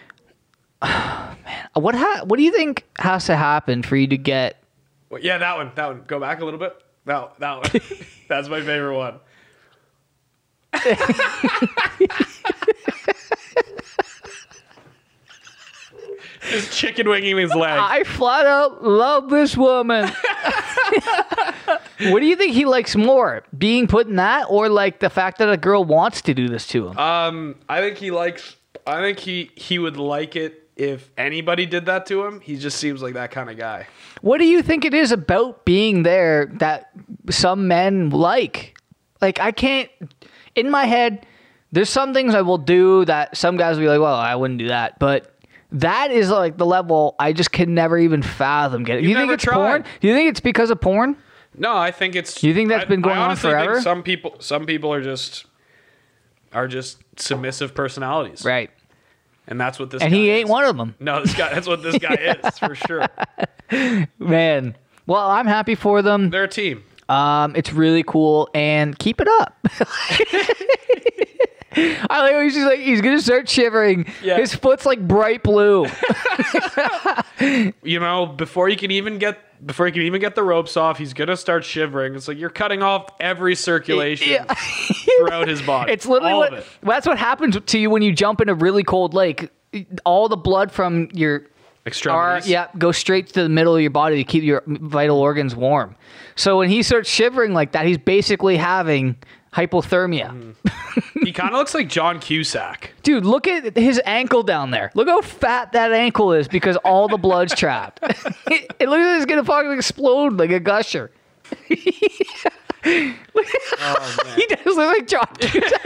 [SPEAKER 2] man, what ha- what do you think has to happen for you to get?
[SPEAKER 1] Well, Yeah, that one. That one. Go back a little bit. No, that one. That's my favorite one. Just chicken winging his leg.
[SPEAKER 2] I flat out love this woman. what do you think he likes more, being put in that, or like the fact that a girl wants to do this to him?
[SPEAKER 1] I think he likes. I think he he would like it if anybody did that to him. He just seems like that kind of guy.
[SPEAKER 2] What do you think it is about being there that some men like? Like, I can't, in my head, there's some things I will do that some guys will be like, well, I wouldn't do that. But that is like the level I just can never even fathom getting. Do you think
[SPEAKER 1] never
[SPEAKER 2] it's
[SPEAKER 1] tried.
[SPEAKER 2] porn? Do you think it's because of porn?
[SPEAKER 1] No, I think it's.
[SPEAKER 2] You think that's
[SPEAKER 1] I-
[SPEAKER 2] been going
[SPEAKER 1] I
[SPEAKER 2] on
[SPEAKER 1] honestly think
[SPEAKER 2] forever?
[SPEAKER 1] some people, some people are just are just submissive personalities,
[SPEAKER 2] Right.
[SPEAKER 1] And that's what this.
[SPEAKER 2] And
[SPEAKER 1] guy
[SPEAKER 2] he ain't
[SPEAKER 1] is.
[SPEAKER 2] one of them.
[SPEAKER 1] No, this guy. That's what this guy is for sure.
[SPEAKER 2] Man. Well, I'm happy for them.
[SPEAKER 1] They're a team.
[SPEAKER 2] Um, it's really cool, and keep it up. I like how he's just like he's gonna start shivering.
[SPEAKER 1] Yeah.
[SPEAKER 2] His foot's like bright blue.
[SPEAKER 1] You know, before you can even get before you can even get the ropes off, he's gonna start shivering. It's like you're cutting off every circulation
[SPEAKER 2] Yeah.
[SPEAKER 1] throughout his body.
[SPEAKER 2] It's literally
[SPEAKER 1] all
[SPEAKER 2] what
[SPEAKER 1] of it.
[SPEAKER 2] that's what happens to you when you jump in a really cold lake. All the blood from your are,
[SPEAKER 1] Extremities.
[SPEAKER 2] yeah, go straight to the middle of your body to keep your vital organs warm. So when he starts shivering like that, he's basically having hypothermia.
[SPEAKER 1] Mm. He kind of looks like John Cusack.
[SPEAKER 2] Dude, look at his ankle down there. Look how fat that ankle is because all the blood's trapped. it, it looks like it's gonna fucking explode like a gusher. he does look like John Cusack.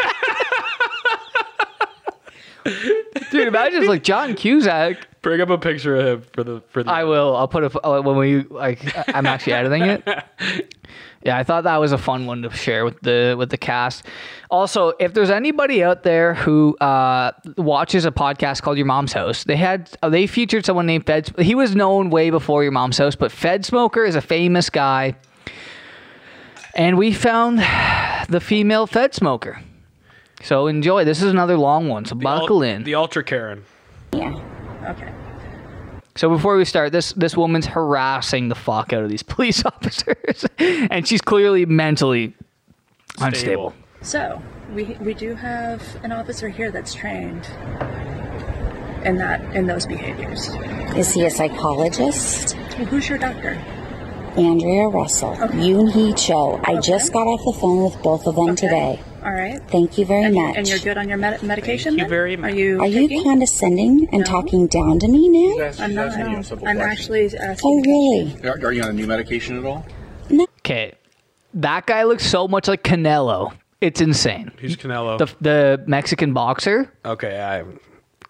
[SPEAKER 2] Dude, imagine it's like John Cusack.
[SPEAKER 1] Bring up a picture of him for the for the.
[SPEAKER 2] I will. I'll put a oh, when we like. I- I'm actually editing it. Yeah, I thought that was a fun one to share with the with the cast. Also, if there's anybody out there who uh, watches a podcast called Your Mom's House, they had uh, they featured someone named Fed. He was known way before Your Mom's House, but Fed Smoker is a famous guy, and we found the female Fed Smoker. So enjoy. This is another long one, so
[SPEAKER 1] Ul-
[SPEAKER 2] buckle in.
[SPEAKER 1] The Ultra Karen.
[SPEAKER 2] So before we start, this this woman's harassing the fuck out of these police officers, and she's clearly mentally unstable.
[SPEAKER 8] So, we, we do have an officer here that's trained. in that in those behaviors.
[SPEAKER 9] Is he a psychologist?
[SPEAKER 8] Well, who's your doctor?
[SPEAKER 9] Andrea Russell, Yoon Hee Cho. I just got off the phone with both of them today.
[SPEAKER 8] All right.
[SPEAKER 9] Thank you very
[SPEAKER 8] and,
[SPEAKER 9] much.
[SPEAKER 8] And you're good on your med- medication.
[SPEAKER 1] Thank you
[SPEAKER 8] then?
[SPEAKER 1] very much.
[SPEAKER 8] Are you?
[SPEAKER 9] Are you
[SPEAKER 8] taking-
[SPEAKER 9] condescending and talking down to me now?
[SPEAKER 8] I'm not. I'm actually asking.
[SPEAKER 9] Oh, really?
[SPEAKER 10] Are, are you on a new medication at all?
[SPEAKER 2] Okay, that guy looks so much like Canelo. It's insane.
[SPEAKER 1] Who's Canelo?
[SPEAKER 2] The the Mexican boxer.
[SPEAKER 1] okay, I, I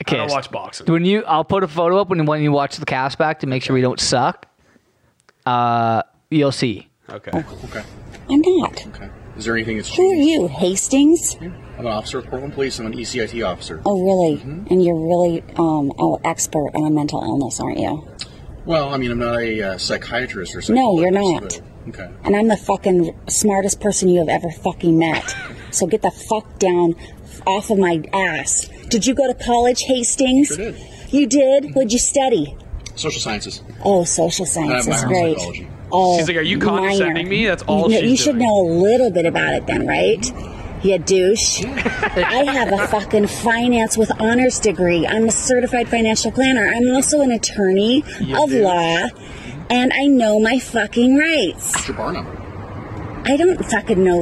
[SPEAKER 2] Okay,
[SPEAKER 1] don't
[SPEAKER 2] so-
[SPEAKER 1] watch boxing.
[SPEAKER 2] When you, I'll put a photo up when when you watch the cast back to make sure we don't suck. Uh, you'll see.
[SPEAKER 1] Okay.
[SPEAKER 10] Okay.
[SPEAKER 9] I'm not.
[SPEAKER 10] Okay. Is there anything that's
[SPEAKER 9] Who are
[SPEAKER 10] changed?
[SPEAKER 9] you, Hastings?
[SPEAKER 10] I'm an officer of Portland Police. I'm an E ECIT officer.
[SPEAKER 9] Oh, really?
[SPEAKER 10] Mm-hmm.
[SPEAKER 9] And you're really um, oh, expert on mental illness, aren't you?
[SPEAKER 10] Well, I mean, I'm not a uh, psychiatrist or something.
[SPEAKER 9] No, you're not.
[SPEAKER 10] Okay.
[SPEAKER 9] And I'm the fucking smartest person you have ever fucking met. So get the fuck down off of my ass. Did you go to college, Hastings?
[SPEAKER 10] Sure did.
[SPEAKER 9] You did? What'd you study?
[SPEAKER 10] Social sciences.
[SPEAKER 9] Oh, social
[SPEAKER 10] I have
[SPEAKER 9] sciences.
[SPEAKER 10] my own
[SPEAKER 9] Great.
[SPEAKER 10] psychology.
[SPEAKER 9] Oh,
[SPEAKER 1] She's like, "Are you
[SPEAKER 9] minor.
[SPEAKER 1] condescending me?" That's all
[SPEAKER 9] you, know-
[SPEAKER 1] she's
[SPEAKER 9] You should
[SPEAKER 1] doing.
[SPEAKER 9] know a little bit about it then, right? You douche. I have a fucking finance with honors degree. I'm a certified financial planner. I'm also an attorney of law, and I know my fucking rights.
[SPEAKER 10] What's your bar number?
[SPEAKER 9] I don't fucking know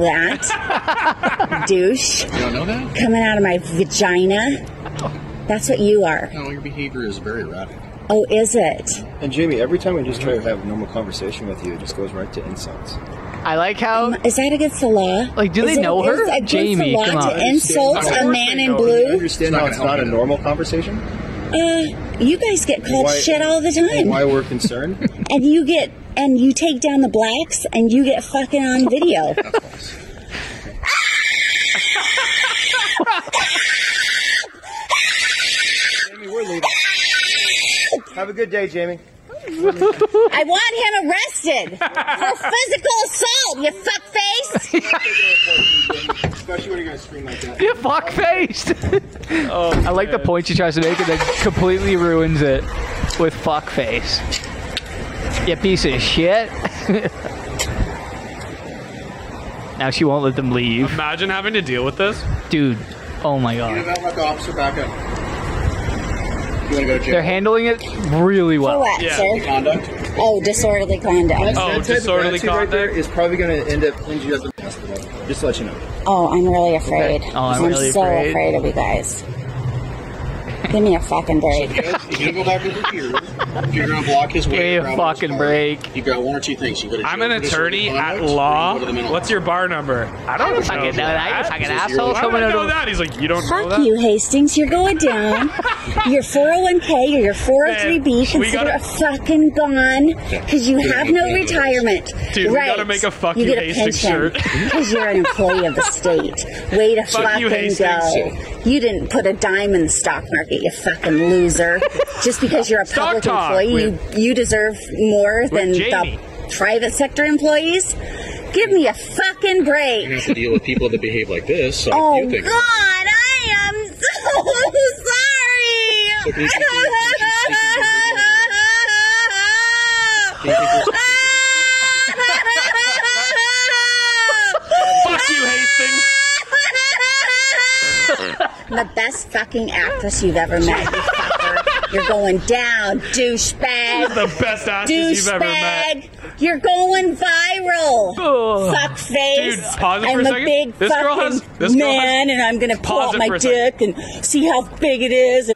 [SPEAKER 9] that. douche.
[SPEAKER 10] You don't know that?
[SPEAKER 9] Coming out of my vagina. That's what you are.
[SPEAKER 10] No, your behavior is very erratic.
[SPEAKER 9] Oh, is it?
[SPEAKER 6] And Jamie, every time I just try to have a normal conversation with you, it just goes right to insults.
[SPEAKER 2] I like how
[SPEAKER 9] Is that against the law?
[SPEAKER 2] Like, do
[SPEAKER 9] Is
[SPEAKER 2] they know her?
[SPEAKER 9] is it against
[SPEAKER 2] Jamie,
[SPEAKER 9] the law
[SPEAKER 2] come on.
[SPEAKER 9] to insult a man in
[SPEAKER 6] You
[SPEAKER 9] blue?
[SPEAKER 6] understand
[SPEAKER 10] It's
[SPEAKER 6] how
[SPEAKER 10] not
[SPEAKER 6] it's
[SPEAKER 10] gonna help
[SPEAKER 6] not a
[SPEAKER 10] either.
[SPEAKER 6] normal conversation?
[SPEAKER 9] Uh, you guys get called
[SPEAKER 6] Why-
[SPEAKER 9] shit all the
[SPEAKER 6] And
[SPEAKER 9] time,
[SPEAKER 6] why we're concerned?
[SPEAKER 9] and you get and you take down the blacks, and you get fucking on video.
[SPEAKER 6] Jamie, we're leaving. Have a good day, Jamie.
[SPEAKER 9] I want him arrested for physical assault. You fuckface!
[SPEAKER 6] Especially when you're going to scream like that.
[SPEAKER 2] you fuck faced. I like the point she tries to make and then completely ruins it with fuck face. You piece of shit. now she won't let them leave,
[SPEAKER 1] Imagine having to deal with this.
[SPEAKER 2] dude. Oh my god,
[SPEAKER 10] not let the officer back up. You want to go to jail?
[SPEAKER 2] they're handling it really
[SPEAKER 9] For
[SPEAKER 2] well.
[SPEAKER 9] what,
[SPEAKER 1] Yeah.
[SPEAKER 9] sir?
[SPEAKER 10] Conduct?
[SPEAKER 9] Oh, disorderly conduct.
[SPEAKER 1] Oh,
[SPEAKER 6] that type of
[SPEAKER 1] disorderly
[SPEAKER 6] attitude right there
[SPEAKER 1] conduct.
[SPEAKER 6] is probably going to end up ending you up in the hospital. Just to let you know.
[SPEAKER 9] Oh, I'm really afraid.
[SPEAKER 2] Oh, I'm really
[SPEAKER 9] so
[SPEAKER 2] afraid.
[SPEAKER 9] afraid of you guys. Give me a fucking break.
[SPEAKER 10] If you go back to the computer, if you're going to block his way,
[SPEAKER 2] Give me
[SPEAKER 10] around
[SPEAKER 2] a
[SPEAKER 10] his
[SPEAKER 2] fucking
[SPEAKER 10] car,
[SPEAKER 2] break.
[SPEAKER 10] You got one or two things. You go to
[SPEAKER 1] I'm
[SPEAKER 10] jail
[SPEAKER 1] an
[SPEAKER 10] for disorderly
[SPEAKER 1] attorney at
[SPEAKER 10] conduct, or you
[SPEAKER 1] law.
[SPEAKER 10] go to the mental
[SPEAKER 1] What's your bar number? I don't know
[SPEAKER 2] Fucking, no, I
[SPEAKER 1] that.
[SPEAKER 2] fucking asshole.
[SPEAKER 1] How do
[SPEAKER 2] Someone
[SPEAKER 1] I know
[SPEAKER 2] out of-
[SPEAKER 1] that? He's like, you don't know
[SPEAKER 9] Fuck
[SPEAKER 1] that.
[SPEAKER 9] you, Hastings. You're going down. your 401k or your 403b,
[SPEAKER 1] Man, we
[SPEAKER 9] consider
[SPEAKER 1] gotta-
[SPEAKER 9] it fucking gone because you have no retirement.
[SPEAKER 1] Dude, we
[SPEAKER 9] right.
[SPEAKER 1] gotta make a fuck
[SPEAKER 9] you
[SPEAKER 1] you
[SPEAKER 9] get a
[SPEAKER 1] Hastings
[SPEAKER 9] pension because you're an employee of the state. Way to
[SPEAKER 1] Fuck
[SPEAKER 9] fucking
[SPEAKER 1] you,
[SPEAKER 9] go.
[SPEAKER 1] Hastings.
[SPEAKER 9] You didn't put a dime in the stock market, you fucking loser. Just because you're a
[SPEAKER 1] Stock
[SPEAKER 9] public
[SPEAKER 1] talk
[SPEAKER 9] employee, you, you deserve more than
[SPEAKER 1] Jamie.
[SPEAKER 9] the private sector employees. Give me a fucking break.
[SPEAKER 10] You have to deal with people that behave like this. So
[SPEAKER 9] Oh
[SPEAKER 10] you
[SPEAKER 9] God,
[SPEAKER 10] think
[SPEAKER 9] I am so sorry.
[SPEAKER 1] Fuck you, Hastings.
[SPEAKER 9] I'm the best fucking actress you've ever met. You fucker. You're going down, douchebag.
[SPEAKER 1] The best asses you've ever met.
[SPEAKER 9] Douchebag. You're going viral.
[SPEAKER 2] Oh.
[SPEAKER 9] Fuck face.
[SPEAKER 1] Dude, pause it for
[SPEAKER 9] I'm
[SPEAKER 1] a
[SPEAKER 9] a
[SPEAKER 1] second.
[SPEAKER 9] big
[SPEAKER 1] This
[SPEAKER 9] fucking
[SPEAKER 1] girl has- this girl has-
[SPEAKER 9] man, and I'm gonna pull
[SPEAKER 1] Pause
[SPEAKER 9] out
[SPEAKER 1] it
[SPEAKER 9] my
[SPEAKER 1] for a
[SPEAKER 9] dick
[SPEAKER 1] second.
[SPEAKER 9] and see how big it is.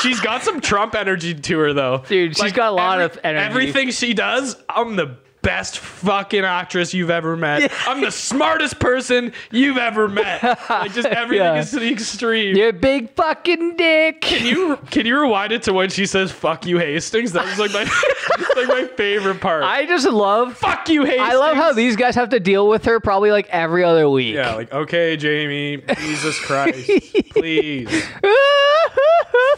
[SPEAKER 1] She's got some Trump energy to her, though.
[SPEAKER 2] Dude, she's got a lot of energy.
[SPEAKER 1] Everything she does, I'm the best fucking actress you've ever met. I'm the smartest person you've ever met. Like, just everything
[SPEAKER 2] Yeah.
[SPEAKER 1] is to the extreme.
[SPEAKER 2] You're a big fucking dick.
[SPEAKER 1] Can you can you rewind it to when she says "fuck you, Hastings"? That was like my it's like my favorite part.
[SPEAKER 2] I just love.
[SPEAKER 1] fuck you, Hastings.
[SPEAKER 2] I love how these guys have to deal with her probably like every other week.
[SPEAKER 1] Yeah, like okay, Jamie. Jesus Christ, please.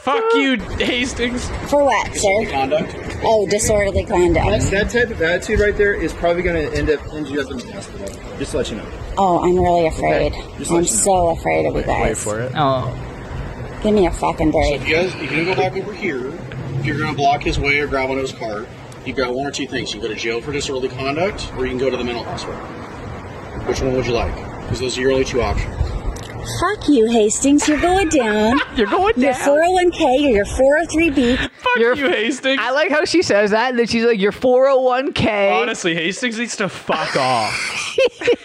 [SPEAKER 1] Fuck you, Hastings.
[SPEAKER 9] For what, sir?
[SPEAKER 10] conduct.
[SPEAKER 9] Oh, disorderly conduct.
[SPEAKER 6] That type of attitude right there is probably going to end up ending you up in the hospital. Just to let you know.
[SPEAKER 9] Oh, I'm really afraid.
[SPEAKER 6] Just
[SPEAKER 9] I'm
[SPEAKER 6] let you know.
[SPEAKER 9] so afraid of you guys.
[SPEAKER 6] it.
[SPEAKER 2] Oh,
[SPEAKER 9] Give me a fucking break.
[SPEAKER 10] You guys, you can go back over here. If you're going to block his way or grab onto his car, you got one or two things. You can go to jail for disorderly conduct, or you can go to the mental hospital. Which one would you like? Because those are your only two options.
[SPEAKER 9] Fuck you, Hastings. You're going down. oh
[SPEAKER 2] you're going
[SPEAKER 9] Your
[SPEAKER 2] down.
[SPEAKER 9] 401k or your 403b.
[SPEAKER 1] Fuck you, Hastings.
[SPEAKER 2] I like how she says that, and then she's like, oh "Your 401k."
[SPEAKER 1] Honestly, Hastings needs to fuck off.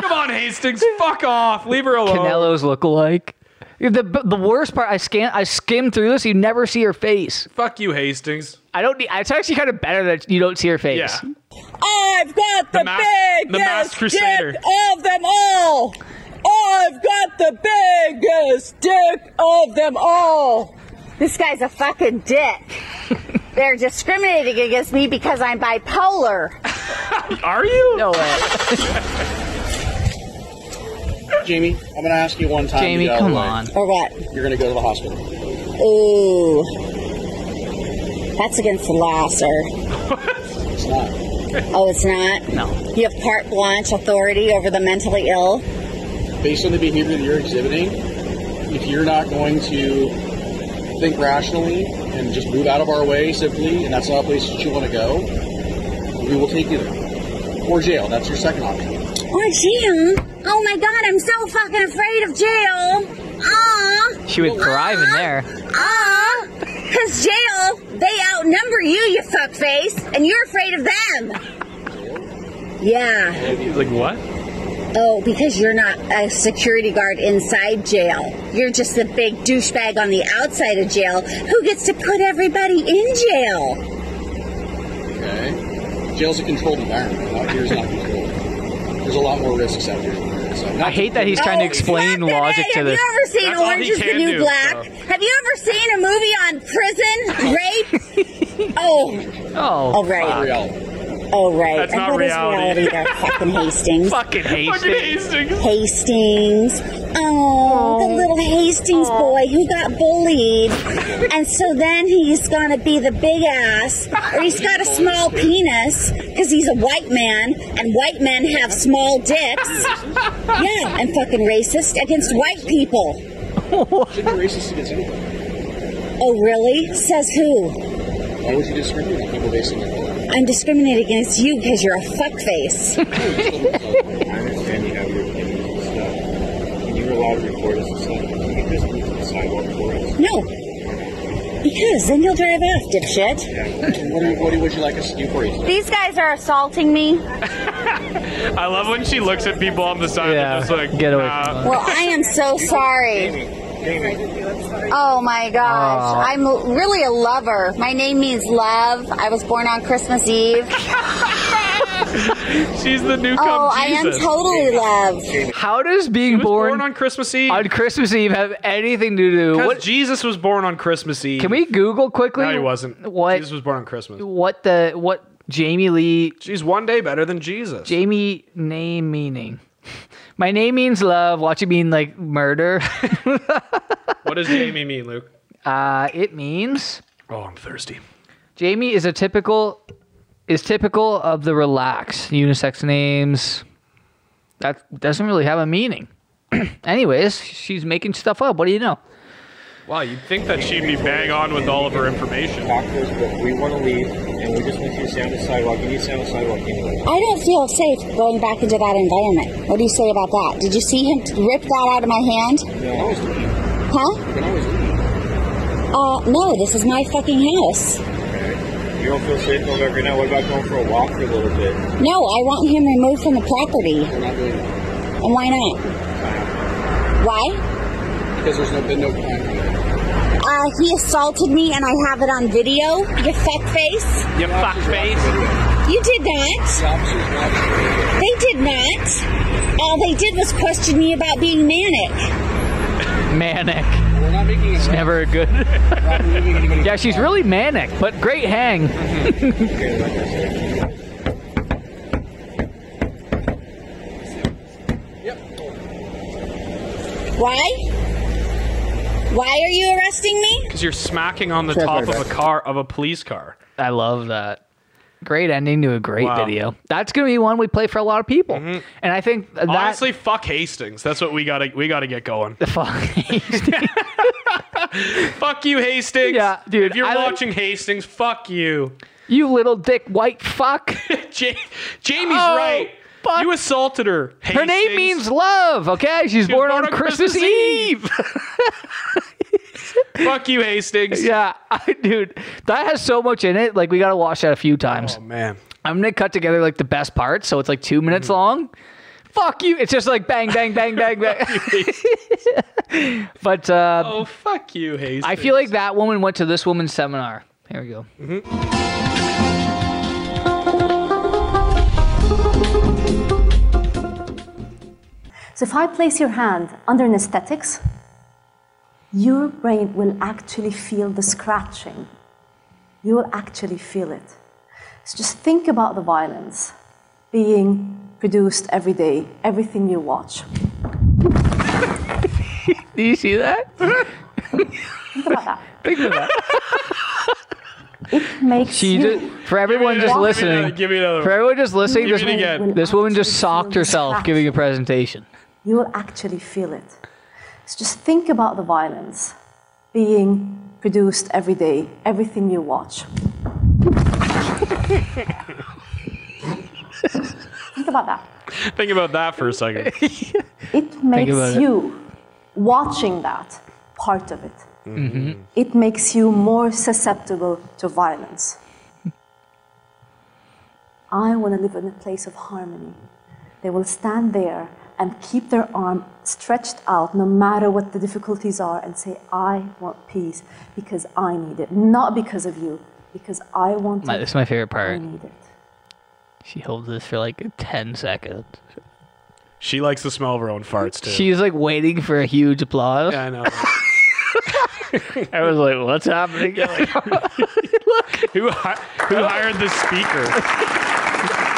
[SPEAKER 1] Come on, Hastings, fuck off. Leave her alone.
[SPEAKER 2] Canelo's look alike. The the worst part, I scan, I skim through this. You never see her face.
[SPEAKER 1] Fuck you, Hastings.
[SPEAKER 2] I don't. need- It's actually kind of better that you don't see her face.
[SPEAKER 1] Yeah.
[SPEAKER 9] I've got the,
[SPEAKER 1] The mas- the masked
[SPEAKER 9] biggest
[SPEAKER 1] crusader.
[SPEAKER 9] dick of them all. I've got the biggest dick of them all. This guy's a fucking dick. They're discriminating against me because I'm bipolar.
[SPEAKER 1] Are you?
[SPEAKER 2] No way.
[SPEAKER 10] Jamie, I'm going to ask you one time. to
[SPEAKER 2] Jamie,
[SPEAKER 10] get out of
[SPEAKER 2] come
[SPEAKER 10] the way.
[SPEAKER 2] on.
[SPEAKER 9] Or what?
[SPEAKER 10] You're going to go to the hospital.
[SPEAKER 9] Ooh. That's against the law, sir.
[SPEAKER 10] It's not.
[SPEAKER 9] Oh, it's not?
[SPEAKER 2] No.
[SPEAKER 9] You have carte blanche authority over the mentally ill?
[SPEAKER 10] based on the behavior that you're exhibiting, if you're not going to think rationally and just move out of our way simply, and that's not a place that you want to go, we will take you there. Or jail. That's your second option.
[SPEAKER 9] Or jail? Oh my god, I'm so fucking afraid of jail. Ah.
[SPEAKER 2] She would thrive in there.
[SPEAKER 9] Ah, because jail, they outnumber you, you fuckface, and you're afraid of them. Yeah.
[SPEAKER 1] He's like, what?
[SPEAKER 9] Oh, because you're not a security guard inside jail. You're just the big douchebag on the outside of jail who gets to put everybody in jail.
[SPEAKER 10] Okay? Jail's a controlled environment. Out here is not controlled. There's a lot more risks out here. than there is. So not
[SPEAKER 2] I hate that he's trying
[SPEAKER 9] Oh,
[SPEAKER 2] to explain
[SPEAKER 9] fuck it,
[SPEAKER 2] logic
[SPEAKER 9] hey,
[SPEAKER 2] to
[SPEAKER 9] Have
[SPEAKER 2] this.
[SPEAKER 9] you ever seen
[SPEAKER 1] That's all
[SPEAKER 9] Orange
[SPEAKER 1] he
[SPEAKER 9] is the
[SPEAKER 1] can
[SPEAKER 9] New
[SPEAKER 1] do,
[SPEAKER 9] Black?
[SPEAKER 1] so.
[SPEAKER 9] Have you ever seen a movie on prison, rape? oh,
[SPEAKER 2] Oh,
[SPEAKER 9] all right.
[SPEAKER 10] reality.
[SPEAKER 9] Oh, right.
[SPEAKER 1] That's
[SPEAKER 9] and
[SPEAKER 1] not
[SPEAKER 9] what is
[SPEAKER 1] reality.
[SPEAKER 9] reality there, fucking Hastings?
[SPEAKER 2] fucking
[SPEAKER 1] Fucking
[SPEAKER 2] Hastings.
[SPEAKER 1] Hastings.
[SPEAKER 9] Hastings. Oh, the little Hastings boy who got bullied. and so then he's gonna be the big ass, or he's got a small penis, because he's a white man, and white men have small dicks. yeah, I'm fucking racist against white people.
[SPEAKER 10] Shouldn't be racist against anyone.
[SPEAKER 9] Oh, really? Says who?
[SPEAKER 10] Why would you discriminate on people based on their color?
[SPEAKER 9] I'm discriminating against you because you're a fuckface.
[SPEAKER 11] I understand you have your opinions and stuff. When you were allowed to record us and stuff, you can just move to the sidewalk for us.
[SPEAKER 9] no. Because then you'll drive off, dipshit.
[SPEAKER 10] What, do you, what do- would you like us to do for you?
[SPEAKER 9] These guys are assaulting me.
[SPEAKER 1] I love when she looks at people on the side
[SPEAKER 2] Yeah,
[SPEAKER 1] and just like,
[SPEAKER 2] get away
[SPEAKER 1] nah.
[SPEAKER 2] from
[SPEAKER 9] Well, I am so sorry. Oh my gosh.
[SPEAKER 2] Aw.
[SPEAKER 9] I'm really a lover. My name means love. I was born on Christmas Eve.
[SPEAKER 1] She's the new come
[SPEAKER 9] Oh, I am
[SPEAKER 1] Jesus.
[SPEAKER 9] totally love.
[SPEAKER 2] How does being
[SPEAKER 1] He was born,
[SPEAKER 2] born,
[SPEAKER 1] on Christmas Eve.
[SPEAKER 2] on Christmas Eve have anything to do?
[SPEAKER 1] 'Cause
[SPEAKER 2] What?
[SPEAKER 1] Jesus was born on Christmas Eve.
[SPEAKER 2] Can we Google quickly?
[SPEAKER 1] No, he wasn't.
[SPEAKER 2] What?
[SPEAKER 1] Jesus was born on Christmas.
[SPEAKER 2] What the? What? Jamie Lee
[SPEAKER 1] She's one day better than Jesus.
[SPEAKER 2] Jamie name meaning. My name means love. Watch it mean like murder.
[SPEAKER 1] what does Jamie mean, Luke?
[SPEAKER 2] Uh, it means
[SPEAKER 1] Oh, I'm thirsty.
[SPEAKER 2] Jamie is a typical is typical of the relaxed unisex names. That doesn't really have a meaning. Anyways, she's making stuff up. What do you know?
[SPEAKER 1] Wow, you'd think that she'd be bang on with all of her information.
[SPEAKER 11] Talk to us, but we want to leave, and we just want you to stay on the sidewalk. You need to stay on the sidewalk anyway.
[SPEAKER 9] I don't feel safe going back into that environment. What do you say about that? Did you see him rip that out of my hand? Huh? Uh, no, this is my fucking house.
[SPEAKER 11] You don't feel safe going back right now. What about going for a walk for a little bit?
[SPEAKER 9] No, I want him removed from the property. And why not? Why?
[SPEAKER 10] Because there's no been no crime.
[SPEAKER 9] Uh, he assaulted me and I have it on video. You fuckface.
[SPEAKER 1] You fuckface.
[SPEAKER 9] You did not.
[SPEAKER 10] Officers not
[SPEAKER 9] They did not. All they did was question me about being manic.
[SPEAKER 2] Manic.
[SPEAKER 10] We're not making it.
[SPEAKER 2] It's never a good.
[SPEAKER 10] We're not moving anybody.
[SPEAKER 2] yeah, she's really manic, but great hang.
[SPEAKER 9] Why? Why are you arresting me?
[SPEAKER 1] Because you're smacking on the top of a car of a police car.
[SPEAKER 2] I love that. Great ending to a great
[SPEAKER 1] Wow.
[SPEAKER 2] video. That's gonna be one we play for a lot of people, and I think that
[SPEAKER 1] Honestly, fuck Hastings. That's what we gotta we gotta get going. fuck you, Hastings.
[SPEAKER 2] Yeah, dude,
[SPEAKER 1] If you're
[SPEAKER 2] I like-
[SPEAKER 1] watching Hastings, fuck you.
[SPEAKER 2] you little dick white fuck.
[SPEAKER 1] Ja- Jamie's
[SPEAKER 2] Oh,
[SPEAKER 1] right.
[SPEAKER 2] fuck?
[SPEAKER 1] You assaulted her.
[SPEAKER 2] Her name
[SPEAKER 1] Hastings.
[SPEAKER 2] means love, okay? She's
[SPEAKER 1] She was
[SPEAKER 2] born, on, Christmas, Eve.
[SPEAKER 1] Fuck you, Hastings.
[SPEAKER 2] Yeah, I, dude, that has so much in it. Like we got to watch that a few times. Oh
[SPEAKER 1] man,
[SPEAKER 2] I'm gonna cut together like the best parts, so it's like two minutes long. Fuck you! It's just like bang, bang, bang, bang, bang. but uh,
[SPEAKER 1] Oh fuck you, Hastings.
[SPEAKER 2] I feel like that woman went to this woman's seminar. Here we go.
[SPEAKER 12] So if I place your hand under anesthetics, your brain will actually feel the scratching. You will actually feel it. So just think about the violence being produced every day, everything you watch.
[SPEAKER 2] Do you see that?
[SPEAKER 12] Think about that.
[SPEAKER 2] Think of that.
[SPEAKER 12] It makes
[SPEAKER 2] She
[SPEAKER 12] you
[SPEAKER 2] just, for everyone just
[SPEAKER 12] another- give me
[SPEAKER 2] listening,
[SPEAKER 12] another-
[SPEAKER 1] give me another
[SPEAKER 2] for
[SPEAKER 12] one.
[SPEAKER 2] everyone just listening,
[SPEAKER 12] Give
[SPEAKER 2] this,
[SPEAKER 12] it again.
[SPEAKER 2] this woman just socked herself giving a presentation.
[SPEAKER 12] you will actually feel it. So just think about the violence being produced every day, everything you watch. think about that.
[SPEAKER 1] Think about that for a second.
[SPEAKER 12] It makes
[SPEAKER 1] about it.
[SPEAKER 12] you watching that part of it.
[SPEAKER 1] Mhm.
[SPEAKER 12] It makes you more susceptible to violence. I want to live in a place of harmony. They will stand there and keep their arm stretched out no matter what the difficulties are and say, I want peace because I need it, not because of you, because I want
[SPEAKER 2] My,
[SPEAKER 12] it.
[SPEAKER 2] this is my favorite part.
[SPEAKER 12] need it.
[SPEAKER 2] She holds this for like ten seconds.
[SPEAKER 1] She likes the smell of her own farts too.
[SPEAKER 2] She's like waiting for a huge applause.
[SPEAKER 1] I know.
[SPEAKER 2] I was like, "What's happening?"
[SPEAKER 1] who hi- who hired this speaker?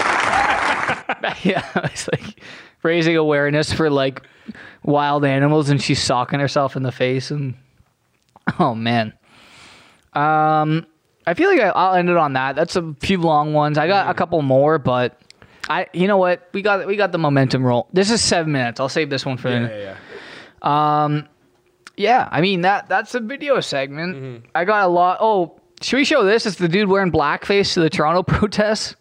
[SPEAKER 2] yeah, it's like raising awareness for like wild animals, and she's socking herself in the face, and oh man, um, I feel like I, I'll end it on that. That's a few long ones. I got a couple more, but I, you know what, we got we got the momentum roll. This is seven minutes. I'll save this one for
[SPEAKER 1] Yeah,
[SPEAKER 2] the
[SPEAKER 1] yeah,
[SPEAKER 2] Um, yeah, I mean that that's a video segment.
[SPEAKER 1] Mm-hmm.
[SPEAKER 2] I got a lot. Oh, should we show this? It's the dude wearing blackface to the Toronto protests.
[SPEAKER 1] yeah.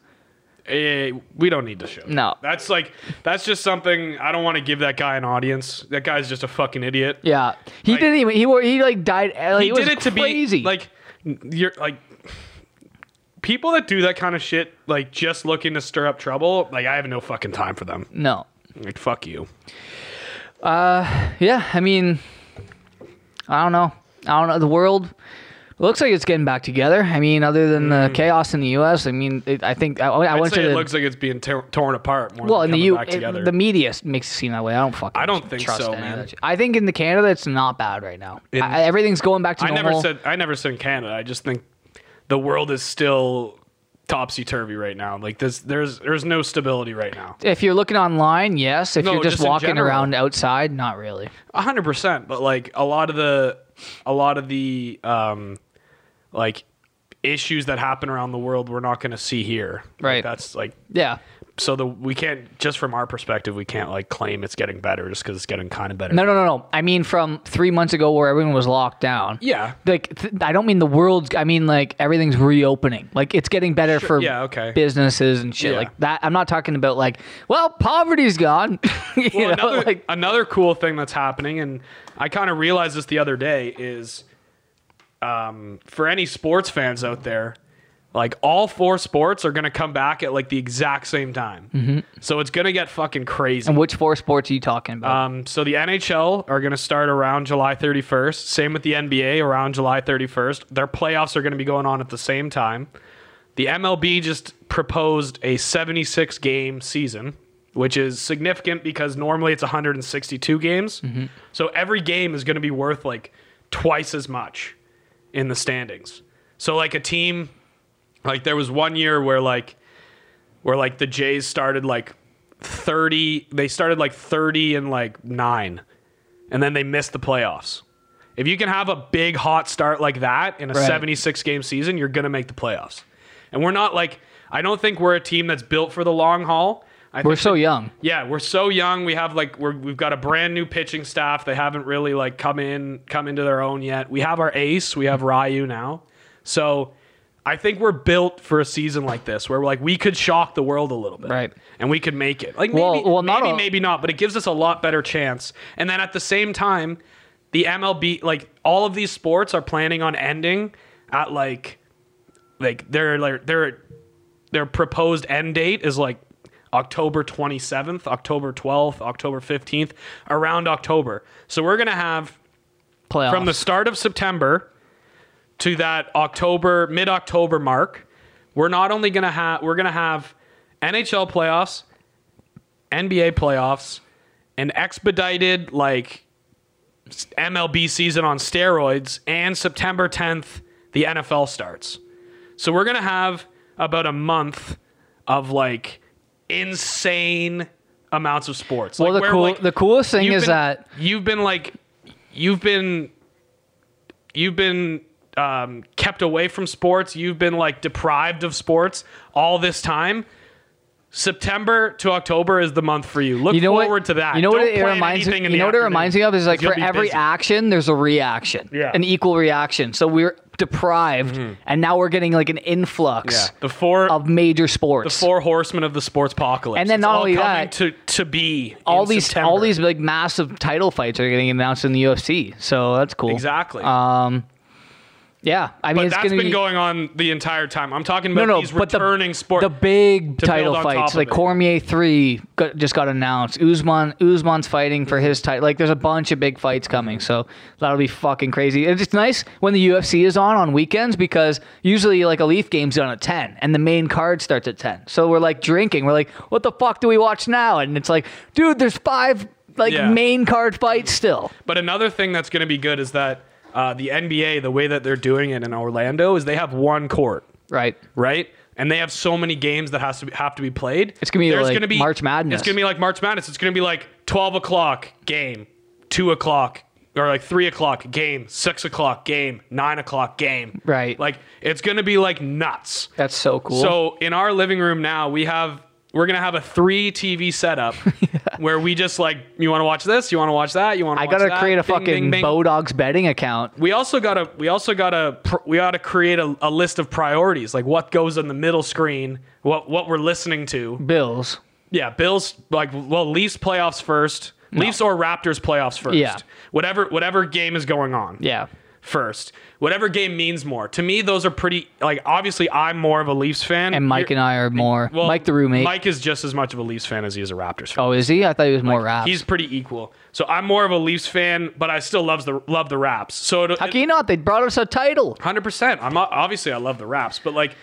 [SPEAKER 1] Eh, we don't need to show.
[SPEAKER 2] No.
[SPEAKER 1] That's like that's just something I don't want to give that guy an audience. That guy's just a fucking idiot.
[SPEAKER 2] Yeah, he didn't even. He wore. He like died. eh, Like,
[SPEAKER 1] he
[SPEAKER 2] it was
[SPEAKER 1] did it to
[SPEAKER 2] crazy.
[SPEAKER 1] be like you're like people that do that kind of shit like just looking to stir up trouble. Like I have no fucking time for them.
[SPEAKER 2] No.
[SPEAKER 1] Like fuck you.
[SPEAKER 2] Uh, yeah. I mean, I don't know. I don't know. The world looks like it's getting back together. I mean, other than the chaos in the U.S., I mean, it, I think I, I
[SPEAKER 1] Mm. I'd
[SPEAKER 2] went
[SPEAKER 1] say
[SPEAKER 2] to the
[SPEAKER 1] it looks like it's being tear torn apart. More
[SPEAKER 2] well
[SPEAKER 1] than
[SPEAKER 2] in the
[SPEAKER 1] coming
[SPEAKER 2] U.
[SPEAKER 1] back
[SPEAKER 2] it-
[SPEAKER 1] together.
[SPEAKER 2] the media s- makes it seem that way. I don't fucking.
[SPEAKER 1] I don't think
[SPEAKER 2] trust
[SPEAKER 1] so,
[SPEAKER 2] any of
[SPEAKER 1] man.
[SPEAKER 2] that shit. I think in the Canada it's not bad right now. I, everything's going back to
[SPEAKER 1] I never
[SPEAKER 2] normal.
[SPEAKER 1] said I never said Canada. I just think the world is still topsy turvy right now. Like there's there's there's no stability right now.
[SPEAKER 2] if you're looking online, yes. If
[SPEAKER 1] No,
[SPEAKER 2] you're just,
[SPEAKER 1] just in
[SPEAKER 2] walking
[SPEAKER 1] general.
[SPEAKER 2] around outside, not really.
[SPEAKER 1] A hundred percent. But like a lot of the, a lot of the, um, like issues that happen around the world, we're not going to see here. Right. that's like
[SPEAKER 2] yeah.
[SPEAKER 1] So the we can't just from our perspective, we can't like claim it's getting better just because it's getting kind of better.
[SPEAKER 2] No, no, no, no. I mean from three months ago where everyone was locked down.
[SPEAKER 1] Yeah.
[SPEAKER 2] Like th- I don't mean the world's. I mean like everything's reopening. Like it's getting better
[SPEAKER 1] Sure,
[SPEAKER 2] for
[SPEAKER 1] yeah, okay.
[SPEAKER 2] businesses and shit
[SPEAKER 1] Yeah.
[SPEAKER 2] like that. I'm not talking about like well poverty's gone. you
[SPEAKER 1] Well,
[SPEAKER 2] know,
[SPEAKER 1] another,
[SPEAKER 2] like
[SPEAKER 1] another cool thing that's happening, and I kind of realized this the other day, is um, for any sports fans out there, like all four sports are going to come back at like the exact same time.
[SPEAKER 2] Mhm.
[SPEAKER 1] So it's going to get fucking crazy.
[SPEAKER 2] And which four sports are you talking about?
[SPEAKER 1] Um, so the NHL are going to start around July 31st. Same with the NBA around July 31st. Their playoffs are going to be going on at the same time. The MLB just proposed a 76 game season, which is significant because normally it's 162 games.
[SPEAKER 13] Mhm.
[SPEAKER 1] So every game is going to be worth like twice as much in the standings. So like a team, like there was one year where like where like the Jays started like 30 they started like 30 and like 9 and then they missed the playoffs. If you can have a big hot start like that in a
[SPEAKER 13] Right.
[SPEAKER 1] 76 game season, you're going to make the playoffs. And we're not like I don't think we're a team that's built for the long haul. I
[SPEAKER 2] We're
[SPEAKER 1] think
[SPEAKER 2] so
[SPEAKER 1] that-
[SPEAKER 2] young.
[SPEAKER 1] yeah, we're so young. We have like we're, we've got a brand new pitching staff. They haven't really like come in come into their own yet. We have our ace. We have Ryu now. So I think we're built for a season like this where we're like we could shock the world a little bit,
[SPEAKER 2] right?
[SPEAKER 1] And we could make it. Like maybe,
[SPEAKER 2] Well- well, not
[SPEAKER 1] maybe,
[SPEAKER 2] a-
[SPEAKER 1] maybe not, but it gives us a lot better chance. And then at the same time, the MLB, like all of these sports, are planning on ending at like, like their like their their proposed end date is like October 27th, October 12th, October 15th, around October. So we're gonna have
[SPEAKER 2] Playoffs.
[SPEAKER 1] from the start of September to that October mid October mark, we're not only gonna have we're gonna have NHL playoffs, NBA playoffs, an expedited like s- MLB season on steroids, and September 10th the NFL starts. So we're gonna have about a month of like insane amounts of sports.
[SPEAKER 2] well,
[SPEAKER 1] Like,
[SPEAKER 2] the
[SPEAKER 1] where,
[SPEAKER 2] cool,
[SPEAKER 1] like,
[SPEAKER 2] the coolest thing
[SPEAKER 1] you've
[SPEAKER 2] is
[SPEAKER 1] been-
[SPEAKER 2] that
[SPEAKER 1] you've been like you've been you've been um, kept away from sports you've been like deprived of sports all this time september to october is the month for you look
[SPEAKER 2] you know
[SPEAKER 1] forward
[SPEAKER 2] what,
[SPEAKER 1] to that
[SPEAKER 2] You know
[SPEAKER 1] Don't
[SPEAKER 2] what it
[SPEAKER 1] plan
[SPEAKER 2] reminds me.
[SPEAKER 1] anything in
[SPEAKER 2] You
[SPEAKER 1] the
[SPEAKER 2] know what it reminds me
[SPEAKER 1] afternoon,
[SPEAKER 2] of is like
[SPEAKER 1] 'cause you'll
[SPEAKER 2] for
[SPEAKER 1] be
[SPEAKER 2] every
[SPEAKER 1] busy.
[SPEAKER 2] action, there's a reaction.
[SPEAKER 1] Yeah. Mm-hmm.
[SPEAKER 2] An equal reaction. So we're deprived, and now we're getting like an
[SPEAKER 1] yeah.
[SPEAKER 2] influx
[SPEAKER 1] the four
[SPEAKER 2] of major
[SPEAKER 1] the
[SPEAKER 2] sports.
[SPEAKER 1] four horsemen of the sports apocalypse
[SPEAKER 2] And then
[SPEAKER 1] It's
[SPEAKER 2] not
[SPEAKER 1] all
[SPEAKER 2] only
[SPEAKER 1] coming
[SPEAKER 2] that-
[SPEAKER 1] to to be
[SPEAKER 2] all
[SPEAKER 1] in
[SPEAKER 2] these
[SPEAKER 1] September.
[SPEAKER 2] all these like massive title fights are getting announced in the UFC. So that's cool.
[SPEAKER 1] Exactly.
[SPEAKER 2] Um, yeah. I mean,
[SPEAKER 1] but
[SPEAKER 2] it's
[SPEAKER 1] that's
[SPEAKER 2] gonna
[SPEAKER 1] been
[SPEAKER 2] be,
[SPEAKER 1] going on the entire time i'm talking
[SPEAKER 2] No,
[SPEAKER 1] about
[SPEAKER 2] no,
[SPEAKER 1] these
[SPEAKER 2] but the-
[SPEAKER 1] returning sports
[SPEAKER 2] the big
[SPEAKER 1] to build
[SPEAKER 2] title
[SPEAKER 1] on top
[SPEAKER 2] fights,
[SPEAKER 1] of
[SPEAKER 2] like
[SPEAKER 1] it.
[SPEAKER 2] Cormier three got, just got announced. Usman Usman's fighting for his title. Like there's a bunch of big fights coming, so that'll be fucking crazy. It's just nice when the UFC is on on weekends because usually like a Leaf game's done at ten and the main card starts at ten. So we're like drinking. We're like, what the fuck do we watch now? And it's like, dude, there's five like
[SPEAKER 1] Yeah.
[SPEAKER 2] main card fights still.
[SPEAKER 1] But another thing that's going to be good is that uh, the NBA, the way that they're doing it in Orlando, is they have one court,
[SPEAKER 2] Right.
[SPEAKER 1] right? And they have so many games that has to be, have to be played.
[SPEAKER 2] It's gonna be like
[SPEAKER 1] gonna
[SPEAKER 2] March Madness.
[SPEAKER 1] It's going to be like March Madness. It's going to be like twelve o'clock game, two o'clock or like three o'clock game, six o'clock game, nine o'clock game.
[SPEAKER 2] Right.
[SPEAKER 1] Like it's going to be like nuts.
[SPEAKER 2] That's so cool.
[SPEAKER 1] So in our living room now, we have we're gonna have a three TV setup where we just like you want to watch this, you want to watch that, you want. to
[SPEAKER 2] I
[SPEAKER 1] watch
[SPEAKER 2] gotta
[SPEAKER 1] that,
[SPEAKER 2] create a
[SPEAKER 1] bing,
[SPEAKER 2] fucking
[SPEAKER 1] bing, bing.
[SPEAKER 2] Bodogs betting account.
[SPEAKER 1] We also gotta we also gotta pr- we gotta create a, a list of priorities like what goes on the middle screen, what what we're listening to.
[SPEAKER 2] Bills.
[SPEAKER 1] Yeah, Bills like well Leafs playoffs first, Leafs or Raptors playoffs first.
[SPEAKER 2] Yeah.
[SPEAKER 1] whatever whatever game is going on
[SPEAKER 2] Yeah.
[SPEAKER 1] first. Whatever game means more to me. Those are pretty like obviously I'm more of a Leafs fan
[SPEAKER 2] And Mike and I are more Mike the roommate.
[SPEAKER 1] Mike is just as much of a Leafs fan as he is a Raptors fan.
[SPEAKER 2] Oh, is he? I thought he was more rap.
[SPEAKER 1] He's pretty equal. So I'm more of a Leafs fan, but I still loves the love the Raps. So it,
[SPEAKER 2] How can you not? They brought us a title.
[SPEAKER 1] Hundred percent. I'm not- obviously I love the raps, but like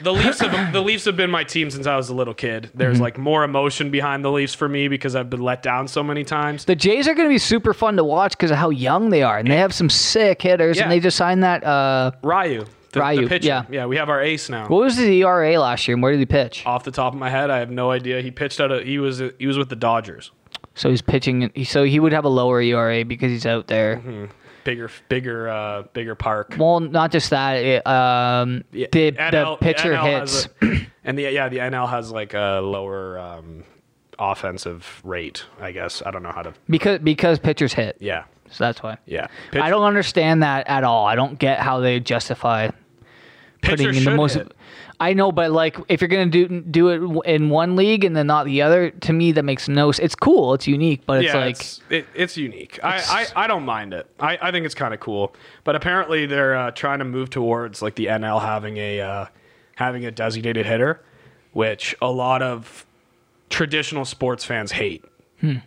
[SPEAKER 1] the Leafs have the Leafs have been my team since I was a little kid. There's
[SPEAKER 2] Mm-hmm.
[SPEAKER 1] like more emotion behind the Leafs for me because I've been let down so many times.
[SPEAKER 2] The Jays are going to be super fun to watch because of how young they are, and they have some sick hitters.
[SPEAKER 1] Yeah.
[SPEAKER 2] And they just signed that. Uh,
[SPEAKER 1] Ryu, the,
[SPEAKER 2] Ryu,
[SPEAKER 1] the pitcher.
[SPEAKER 2] yeah.
[SPEAKER 1] we have our ace now.
[SPEAKER 2] what was his ERA last year? and Where did he pitch?
[SPEAKER 1] Off the top of my head, I have no idea. He pitched out. Of, he was he was with the Dodgers.
[SPEAKER 2] So he's pitching. he- So he would have a lower ERA because he's out there.
[SPEAKER 1] Mm-hmm. Bigger, bigger, uh, bigger park.
[SPEAKER 2] Well, not just that. It, um, the, the
[SPEAKER 1] NL
[SPEAKER 2] pitcher
[SPEAKER 1] NL has
[SPEAKER 2] hits.
[SPEAKER 1] a- and the yeah, the NL has like a lower um, offensive rate. I guess I don't know how to.
[SPEAKER 2] because because pitchers hit.
[SPEAKER 1] Yeah,
[SPEAKER 2] So that's why.
[SPEAKER 1] yeah.
[SPEAKER 2] I don't understand that at all. I don't get how they justify putting
[SPEAKER 1] Pitchers
[SPEAKER 2] in the
[SPEAKER 1] should
[SPEAKER 2] most.
[SPEAKER 1] hit.
[SPEAKER 2] I know, but like if you're gonna do do it w- in one league and then not the other, to me that makes no. s- It's cool. It's unique, but it's
[SPEAKER 1] yeah,
[SPEAKER 2] like
[SPEAKER 1] it's, it, it's unique. I, I, I don't mind it. I, I think it's kind of cool. But apparently they're uh, trying to move towards like the NL having a uh, having a designated hitter, which a lot of traditional sports fans hate.
[SPEAKER 2] Hmm.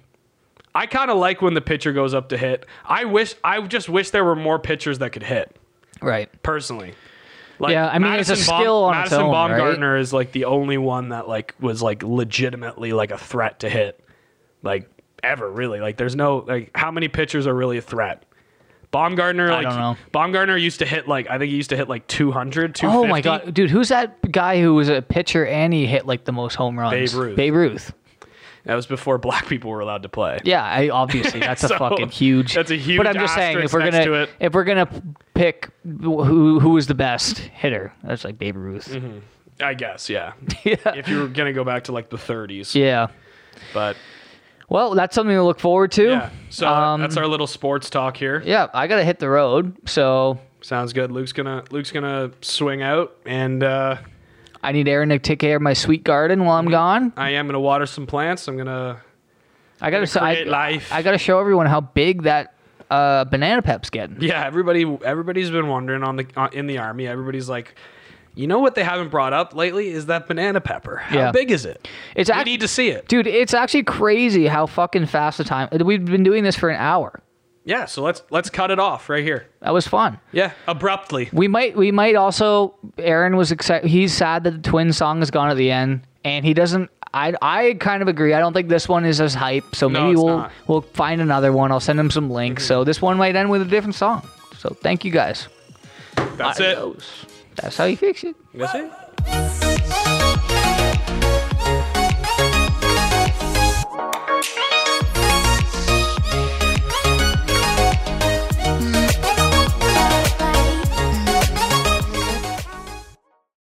[SPEAKER 1] I kind of like when the pitcher goes up to hit. I wish I just wish there were more pitchers that could hit.
[SPEAKER 2] right.
[SPEAKER 1] Personally, like
[SPEAKER 2] Yeah, I mean, it's a
[SPEAKER 1] Baum-
[SPEAKER 2] skill on its
[SPEAKER 1] Madison
[SPEAKER 2] own, right?
[SPEAKER 1] Baumgartner is like the only one that like was like legitimately like a threat to hit, like ever really. Like there's no like how many pitchers are really a threat. Baumgartner,
[SPEAKER 2] I
[SPEAKER 1] like
[SPEAKER 2] don't know.
[SPEAKER 1] Baumgartner used to hit like I think he used to hit like 200, 250.
[SPEAKER 2] Oh my god, dude, who's that guy who was a pitcher and he hit like the most home runs?
[SPEAKER 1] Babe Ruth.
[SPEAKER 2] Babe Ruth.
[SPEAKER 1] That was before black people were allowed to play.
[SPEAKER 2] Yeah, I, obviously that's
[SPEAKER 1] So,
[SPEAKER 2] a fucking huge.
[SPEAKER 1] that's a huge
[SPEAKER 2] But I'm just saying, if
[SPEAKER 1] asterisk
[SPEAKER 2] we're
[SPEAKER 1] next
[SPEAKER 2] gonna
[SPEAKER 1] to it.
[SPEAKER 2] if we're gonna pick who who was the best hitter, that's like Babe Ruth.
[SPEAKER 1] Mm-hmm. I guess, yeah. If you were gonna go back to like the 30s,
[SPEAKER 2] Yeah.
[SPEAKER 1] but
[SPEAKER 2] Well, that's something to look forward to.
[SPEAKER 1] yeah. So uh,
[SPEAKER 2] Um,
[SPEAKER 1] that's our little sports talk here.
[SPEAKER 2] yeah, I gotta hit the road. So
[SPEAKER 1] Sounds good. Luke's gonna Luke's gonna swing out, and uh,
[SPEAKER 2] I need Aaron to take care of my sweet garden while I'm
[SPEAKER 1] Mm-hmm.
[SPEAKER 2] gone.
[SPEAKER 1] I am gonna water some plants. I'm gonna.
[SPEAKER 2] I gotta, so I,
[SPEAKER 1] create life.
[SPEAKER 2] I gotta show everyone how big that uh, banana pep's getting.
[SPEAKER 1] Yeah, everybody everybody's been wondering on the uh, in the army. Everybody's like, you know what they haven't brought up lately is that banana pepper. How
[SPEAKER 2] Yeah.
[SPEAKER 1] big is it?
[SPEAKER 2] It's
[SPEAKER 1] we
[SPEAKER 2] act-
[SPEAKER 1] need to see it.
[SPEAKER 2] Dude, it's actually crazy how fucking fast the time. We've been doing this for an hour.
[SPEAKER 1] Yeah, so let's let's cut it off right here.
[SPEAKER 2] That was fun.
[SPEAKER 1] Yeah, abruptly.
[SPEAKER 2] We might we might also Aaron was excited he's sad that the twin song is gone at the end and he doesn't I I kind of agree. I don't think this one is as hype, so
[SPEAKER 1] No,
[SPEAKER 2] maybe
[SPEAKER 1] it's
[SPEAKER 2] we'll
[SPEAKER 1] not. Mm-hmm.
[SPEAKER 2] we'll find another one. I'll send him some links. So this one might end with a different song. So thank you guys.
[SPEAKER 1] That's it.
[SPEAKER 2] That's how you fix it.
[SPEAKER 1] That's it.